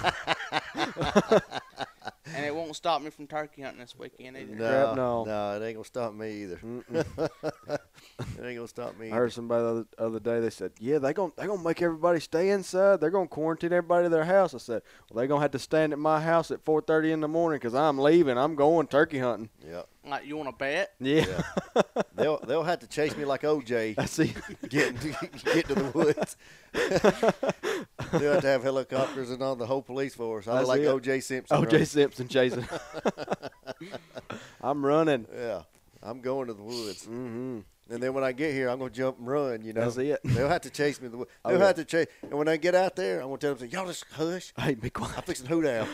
S2: and it won't stop me from turkey hunting this weekend either.
S1: No,
S3: no.
S1: it ain't gonna stop me either.
S3: Mm-mm.
S1: It ain't gonna stop me.
S3: I heard somebody the other, other day. They said, "Yeah, they gonna they gonna make everybody stay inside. They're gonna quarantine everybody to their house." I said, "Well, they gonna have to stand at my house at 4:30 in the morning because I'm leaving. I'm going turkey hunting."
S1: either. Yeah,
S2: Like you want to bet?
S3: Yeah,
S1: they'll they'll have to chase me like OJ
S3: I see.
S1: getting to, get to the woods. they'll have to have helicopters and all the whole police force. I
S3: That's
S1: like
S3: it.
S1: OJ Simpson.
S3: OJ
S1: right?
S3: Simpson chasing. I'm running.
S1: Yeah, I'm going to the woods,
S3: Mm-hmm.
S1: and then when I get here, I'm gonna jump and run. You know,
S3: That's it.
S1: they'll have to chase me. to The woods.
S3: Oh,
S1: They'll
S3: yeah.
S1: have to chase, and when I get out there, I'm gonna tell them, "Y'all just hush.
S3: Hey, be
S1: I'm
S3: quiet.
S1: fixing to hoot down.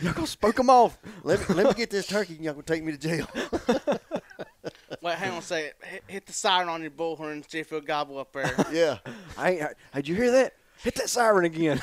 S3: Y'all gonna spook them off.
S1: Let me let me get this turkey, and y'all gonna take me to jail."
S2: Wait, hang on a second. Hit, hit the siren on your bullhorn and see if it'll gobble up there.
S1: yeah.
S3: I ain't. I, did you hear that? Hit that siren again.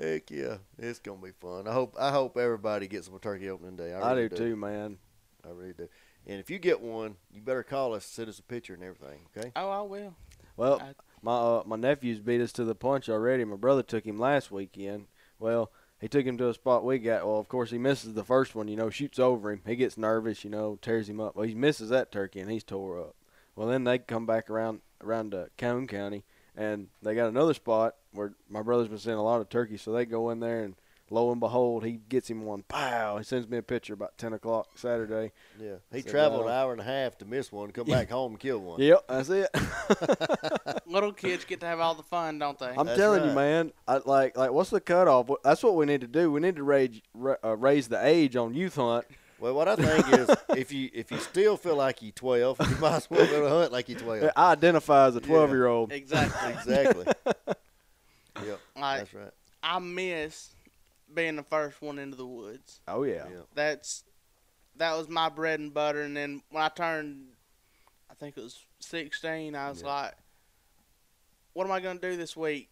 S1: Heck yeah, it's gonna be fun. I hope I hope everybody gets some turkey opening day. I,
S3: I
S1: really
S3: do too, man.
S1: I really do. And if you get one, you better call us, send us a picture and everything. Okay.
S2: oh, I will.
S3: Well,
S2: I-
S3: my uh, my nephews beat us to the punch already. My brother took him last weekend. Well, he took him to a spot we got. Well, of course he misses the first one. You know, shoots over him. He gets nervous. You know, tears him up. Well, he misses that turkey and he's tore up. Well, then they come back around around to Cone County and they got another spot where my brother's been seeing a lot of turkeys. So they go in there and lo and behold, he gets him one. Pow! He sends me a picture about ten o'clock Saturday.
S1: Yeah. He
S3: So
S1: traveled an
S3: now-
S1: hour and a half to miss one, come back home and kill one.
S3: Yep, that's it.
S2: Little kids get to have all the fun, don't they?
S3: I'm
S1: That's
S3: telling
S1: right.
S3: you, man. I, like, like, what's the cutoff? Wh- That's what we need to do. We need to raise ra- uh, raise the age on youth hunt.
S1: Well, what I think is, if you if you still feel like you 12, you might as well go to hunt like you 12.
S3: I identify as a
S1: Oh, Yeah.
S3: 12 year old.
S2: exactly.
S1: Exactly. yep.
S2: Like
S1: That's right.
S2: I miss being the first one into the woods.
S3: Oh yeah.
S1: Yeah.
S2: That's that was my bread and butter. And then when I turned, I think it was 16, I was
S1: Yeah.
S2: like, "What am I gonna do this week?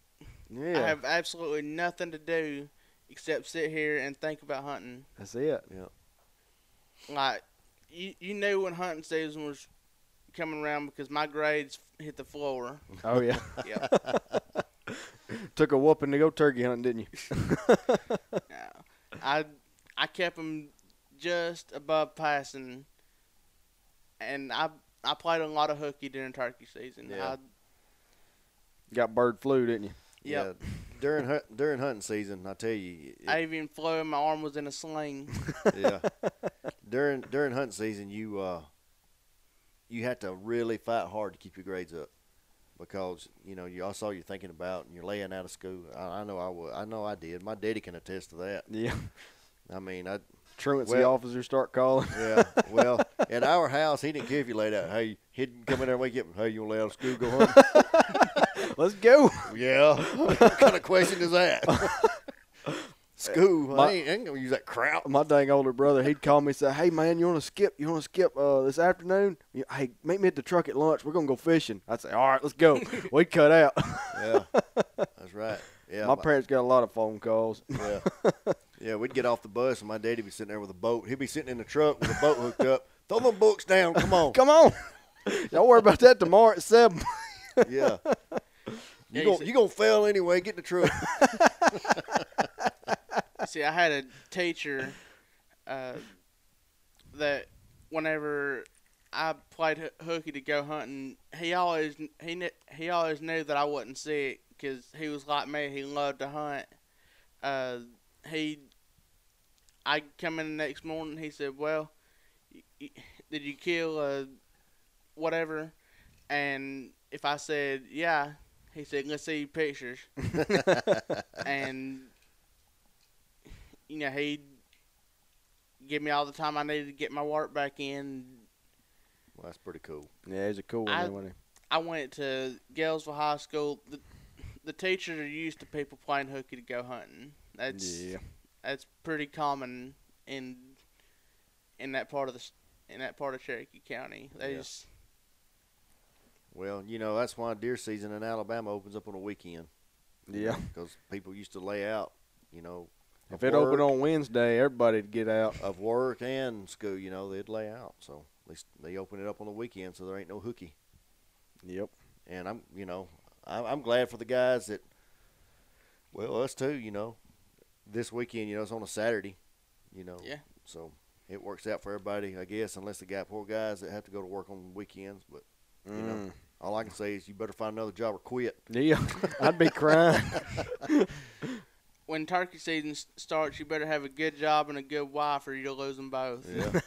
S3: Yeah.
S2: I have absolutely nothing to do except sit here and think about hunting."
S3: that's it.
S2: Like you, you knew when hunting season was coming around because my grades hit the floor.
S3: Oh yeah.
S2: Yeah.
S3: Took a whooping to go turkey hunting, didn't you?
S2: Yeah. I I kept him just above passing, and I I played a lot of hooky during turkey season.
S1: Yeah.
S2: I,
S3: Got bird flu, didn't you?
S2: Yep.
S1: Yeah. During hunt, during hunting season, I tell you, it-
S2: I even flew and my arm was in a sling.
S1: yeah. During during hunting season, you uh, you have to really fight hard to keep your grades up because you know you also you're thinking about and you're laying out of school. I, I know I would. I know I did. My daddy can attest to that.
S3: Yeah.
S1: I mean, I
S3: Truancy
S1: Well-
S3: officers start calling.
S1: yeah. Well, at our house, he didn't care if you laid out. Hey, he'd come in there and wake you up. Hey, you want to lay out of school? Go home.
S3: Let's go.
S1: yeah. what kind of question is that? school.
S3: My-
S1: I ain't, I ain't gonna use that crap.
S3: My dang older brother, he'd call me and say, "Hey man, you want to skip? You want to skip uh, this afternoon? You- Hey, meet me at the truck at lunch. We're gonna go fishing." I'd say, "All right, let's go." We'd cut out.
S1: Yeah. That's right. Yeah.
S3: my parents got a lot of phone calls.
S1: Yeah. yeah, we'd get off the bus and my daddy'd be sitting there with a boat. He'd be sitting in the truck with a boat hooked up. Throw them books down. Come on.
S3: Come on. Y'all worry about that tomorrow at seven.
S1: Yeah. You're
S2: Yeah, you
S1: going
S2: said-
S1: you gonna fail anyway. Get in the truck.
S2: See, I had a teacher uh, that whenever I played hoo- hooky to go hunting, he always he kn- he always knew that I wasn't sick because he was like me. He loved to hunt. Uh, he, I come in the next morning. He said, "Well, y- y- did you kill uh, whatever?" And if I said, "Yeah," he said, "Let's see your pictures." and you know, he'd give me all the time I needed to get my work back in.
S1: Well, that's pretty cool.
S3: Yeah, he's a cool one.
S2: I-
S3: there, wasn't
S2: I went to Galesville High School. The, the teachers are used to people playing hooky to go hunting. That's
S3: he? Yeah.
S2: that's pretty common in in that part of the s- in that part of Cherokee County. They
S1: Yeah.
S2: just
S1: Well, you know, that's why deer season in Alabama opens up on a weekend
S3: Yeah.
S1: because people used to lay out, you know,
S3: If it opened on Wednesday, everybody'd get out.
S1: of work and school, you know, they'd lay out. So at least they open it up on the weekend, so there ain't no hooky.
S3: Yep.
S1: And I'm, you know, I- I'm glad for the guys that, well, us too, you know, this weekend, you know, it's on a Saturday, you know.
S2: Yeah.
S1: So it works out for everybody, I guess, unless the guy, poor guys that have to go to work on weekends. But You know. all I can say is you better find another job or quit.
S3: Mm. Yeah, I'd be crying.
S2: When turkey season s- starts, you better have a good job and a good wife, or you'll lose them both.
S1: Yeah.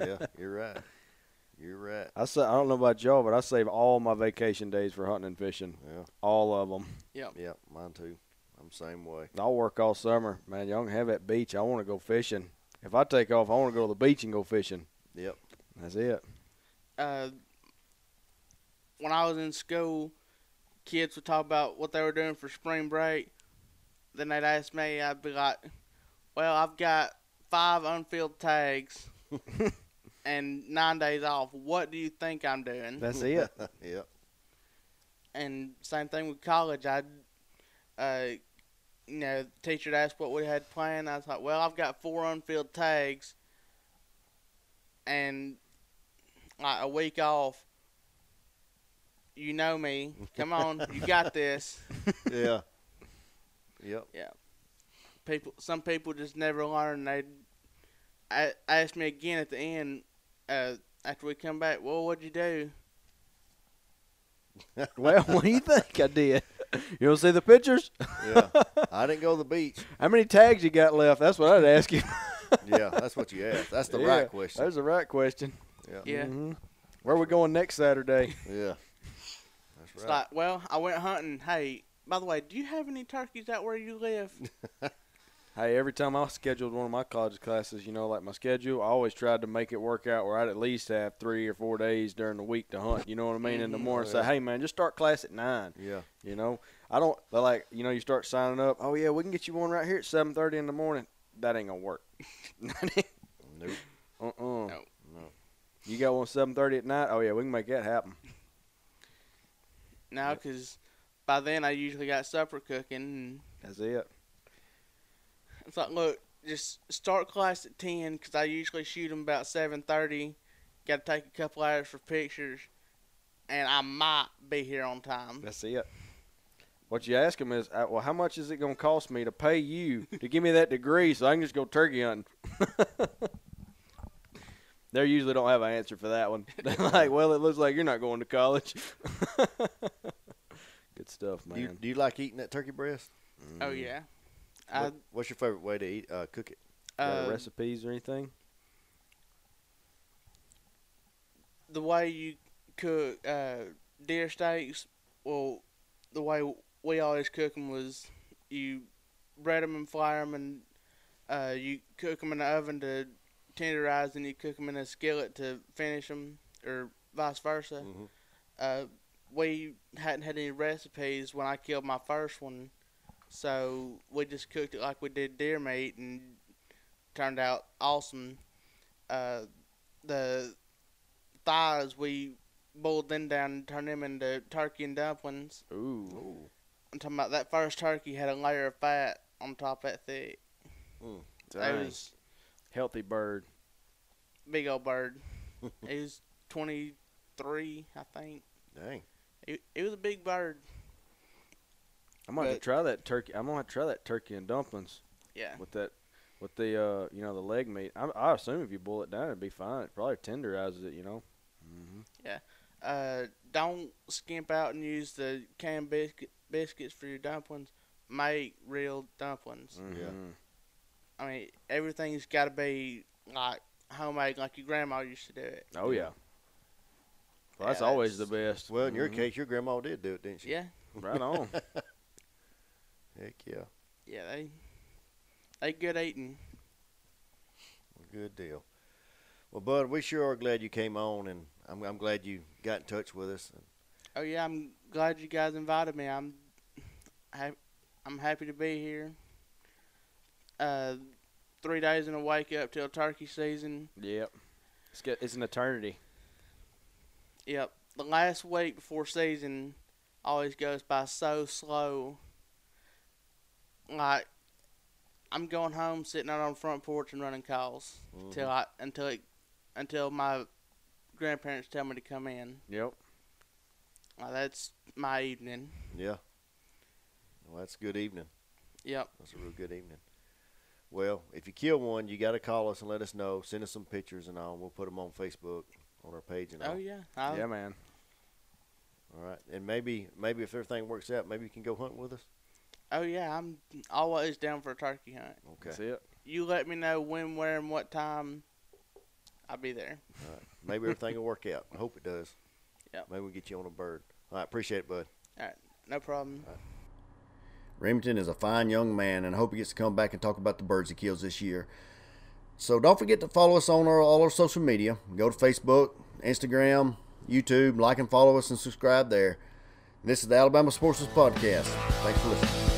S1: yeah. You're right. You're right.
S3: I say I don't know about y'all, but I save all my vacation days for hunting and fishing,
S1: Yeah.
S3: all of them.
S1: Yeah. Mine too. I'm the same way.
S3: I'll work all summer, man. Y'all can have that beach. I want to go fishing. If I take off, I want to go to the beach and go fishing.
S1: Yep.
S3: That's it.
S2: uh, when I was in school, kids would talk about what they were doing for spring break. Then they'd ask me, I'd be like, "Well, I've got five unfilled tags and nine days off. What do you think I'm doing?"
S3: That's it.
S1: Yep.
S2: and same thing with college. I'd, uh, you know, teacher'd ask what we had planned. I was like, "Well, I've got four unfilled tags and like a week off." You know me. Come on, you got this.
S1: Yeah. Yep.
S2: People, some people just never learn. They a- asked me again at the end, uh, after we come back. Well, what'd you do?
S3: Well, what do you think I did? You don't see the pictures?
S1: Yeah. I didn't go to the beach.
S3: How many tags you got left? That's what I'd ask you.
S1: Yeah, that's what you asked. That's the
S3: Yeah,
S1: right question.
S3: That's the right question.
S1: Yeah.
S2: Yeah.
S3: Mhm. Where we going next Saturday?
S1: Yeah. That's
S2: It's
S1: right.
S2: like, well, I went hunting. Hey, by the way, do you have any turkeys out where you live?
S3: Hey, every time I scheduled one of my college classes, you know, like my schedule, I always tried to make it work out where I'd at least have three or four days during the week to hunt. You know what I mean? In the
S2: Mhm.
S3: morning,
S1: Oh, yeah.
S3: say, hey man, just start class at nine.
S1: yeah.
S3: You know, I don't they're like you know you start signing up. Oh yeah, we can get you one right here at seven thirty in the morning. That ain't gonna work.
S1: Nope.
S3: Uh uh
S2: No.
S1: No.
S3: You got one seven thirty at night? Oh yeah, we can make that happen.
S2: No,
S3: Yep.
S2: because by then I usually got supper cooking. And
S3: That's it.
S2: it's like, look, just start class at ten because I usually shoot them about seven thirty. Got to take a couple hours for pictures, and I might be here on time.
S3: That's it. What you ask them is, uh, well, how much is it gonna cost me to pay you to give me that degree so I can just go turkey hunting? they usually don't have an answer for that one. They're like, well, it looks like you're not going to college. Good stuff,
S1: Do you,
S3: man.
S1: do you like eating that turkey breast?
S2: Oh
S3: Mm.
S2: yeah, I
S1: What, what's your favorite way to eat? Uh, cook it.
S3: Got
S2: uh,
S3: recipes or anything?
S2: the way you cook uh, deer steaks, well, the way we always cook them was you bread them and fry them, and uh, you cook them in the oven to tenderize, and you cook them in a skillet to finish them, or vice versa.
S1: Mhm.
S2: Uh, we hadn't had any recipes when I killed my first one, so we just cooked it like we did deer meat, and turned out awesome. Uh, the thighs we boiled them down and turned them into turkey and dumplings.
S3: Ooh.
S1: Ooh.
S2: I'm talking about that first turkey had a layer of fat on top that thick. That
S3: dang.
S2: was
S3: Healthy bird.
S2: big old bird. it was 23, I think.
S1: Dang.
S2: It, it was a big bird.
S3: I'm gonna have to
S2: But-
S3: try that turkey. I'm gonna have to try that turkey and dumplings
S2: Yeah.
S3: with that, with the uh, you know, the leg meat. I, I assume if you boil it down, it'd be fine. It probably tenderizes it, you know. Mm-hmm.
S2: Uh, don't skimp out and use the canned biscuit, biscuits for your dumplings. Make real dumplings.
S3: Mm.
S1: Yeah.
S2: I mean, everything's got to be like homemade, like your grandma used to do it.
S3: Oh yeah. Well, that's
S2: Yeah,
S3: always the
S2: that's-
S3: best.
S1: Well, in your
S3: Mhm.
S1: case, your grandma did do it, didn't she?
S2: Yeah.
S3: right on.
S1: Heck yeah.
S2: Yeah, they they good eating.
S1: Good deal. Well, Bud, we sure are glad you came on, and I'm, I'm glad you got in touch with us.
S2: Oh yeah, I'm glad you guys invited me. I'm hap- I'm happy to be here. Uh, three days in a wake up till turkey season.
S3: yep. It's good. It's an eternity.
S2: Yep, the last week before season always goes by so slow. Like I'm going home, sitting out on the front porch and running calls
S1: Mhm.
S2: till I until it, until my grandparents tell me to come in.
S3: Yep.
S2: Well, that's my evening.
S1: Yeah. Well, that's a good evening.
S2: Yep.
S1: That's a real good evening. Well, if you kill one, you got to call us and let us know. Send us some pictures and all. We'll put them on Facebook on our page and all.
S2: Oh yeah. I,
S3: yeah, man.
S1: All right, and maybe maybe if everything works out, maybe you can go hunt with us.
S2: Oh yeah. I'm always down for a turkey hunt.
S1: Okay.
S3: That's it.
S2: You let me know when, where, and what time. I'll be there.
S1: Maybe everything will work out. I hope it does.
S2: Yeah.
S1: Maybe we can get you on a bird. All right, appreciate it, bud.
S2: No problem.
S1: Remington is a fine young man, and I hope he gets to come back and talk about the birds he kills this year. So don't forget to follow us on our, all our social media. Go to Facebook, Instagram, YouTube, like and follow us and subscribe there. This is the Alabama Sportsman's Podcast. Thanks for listening.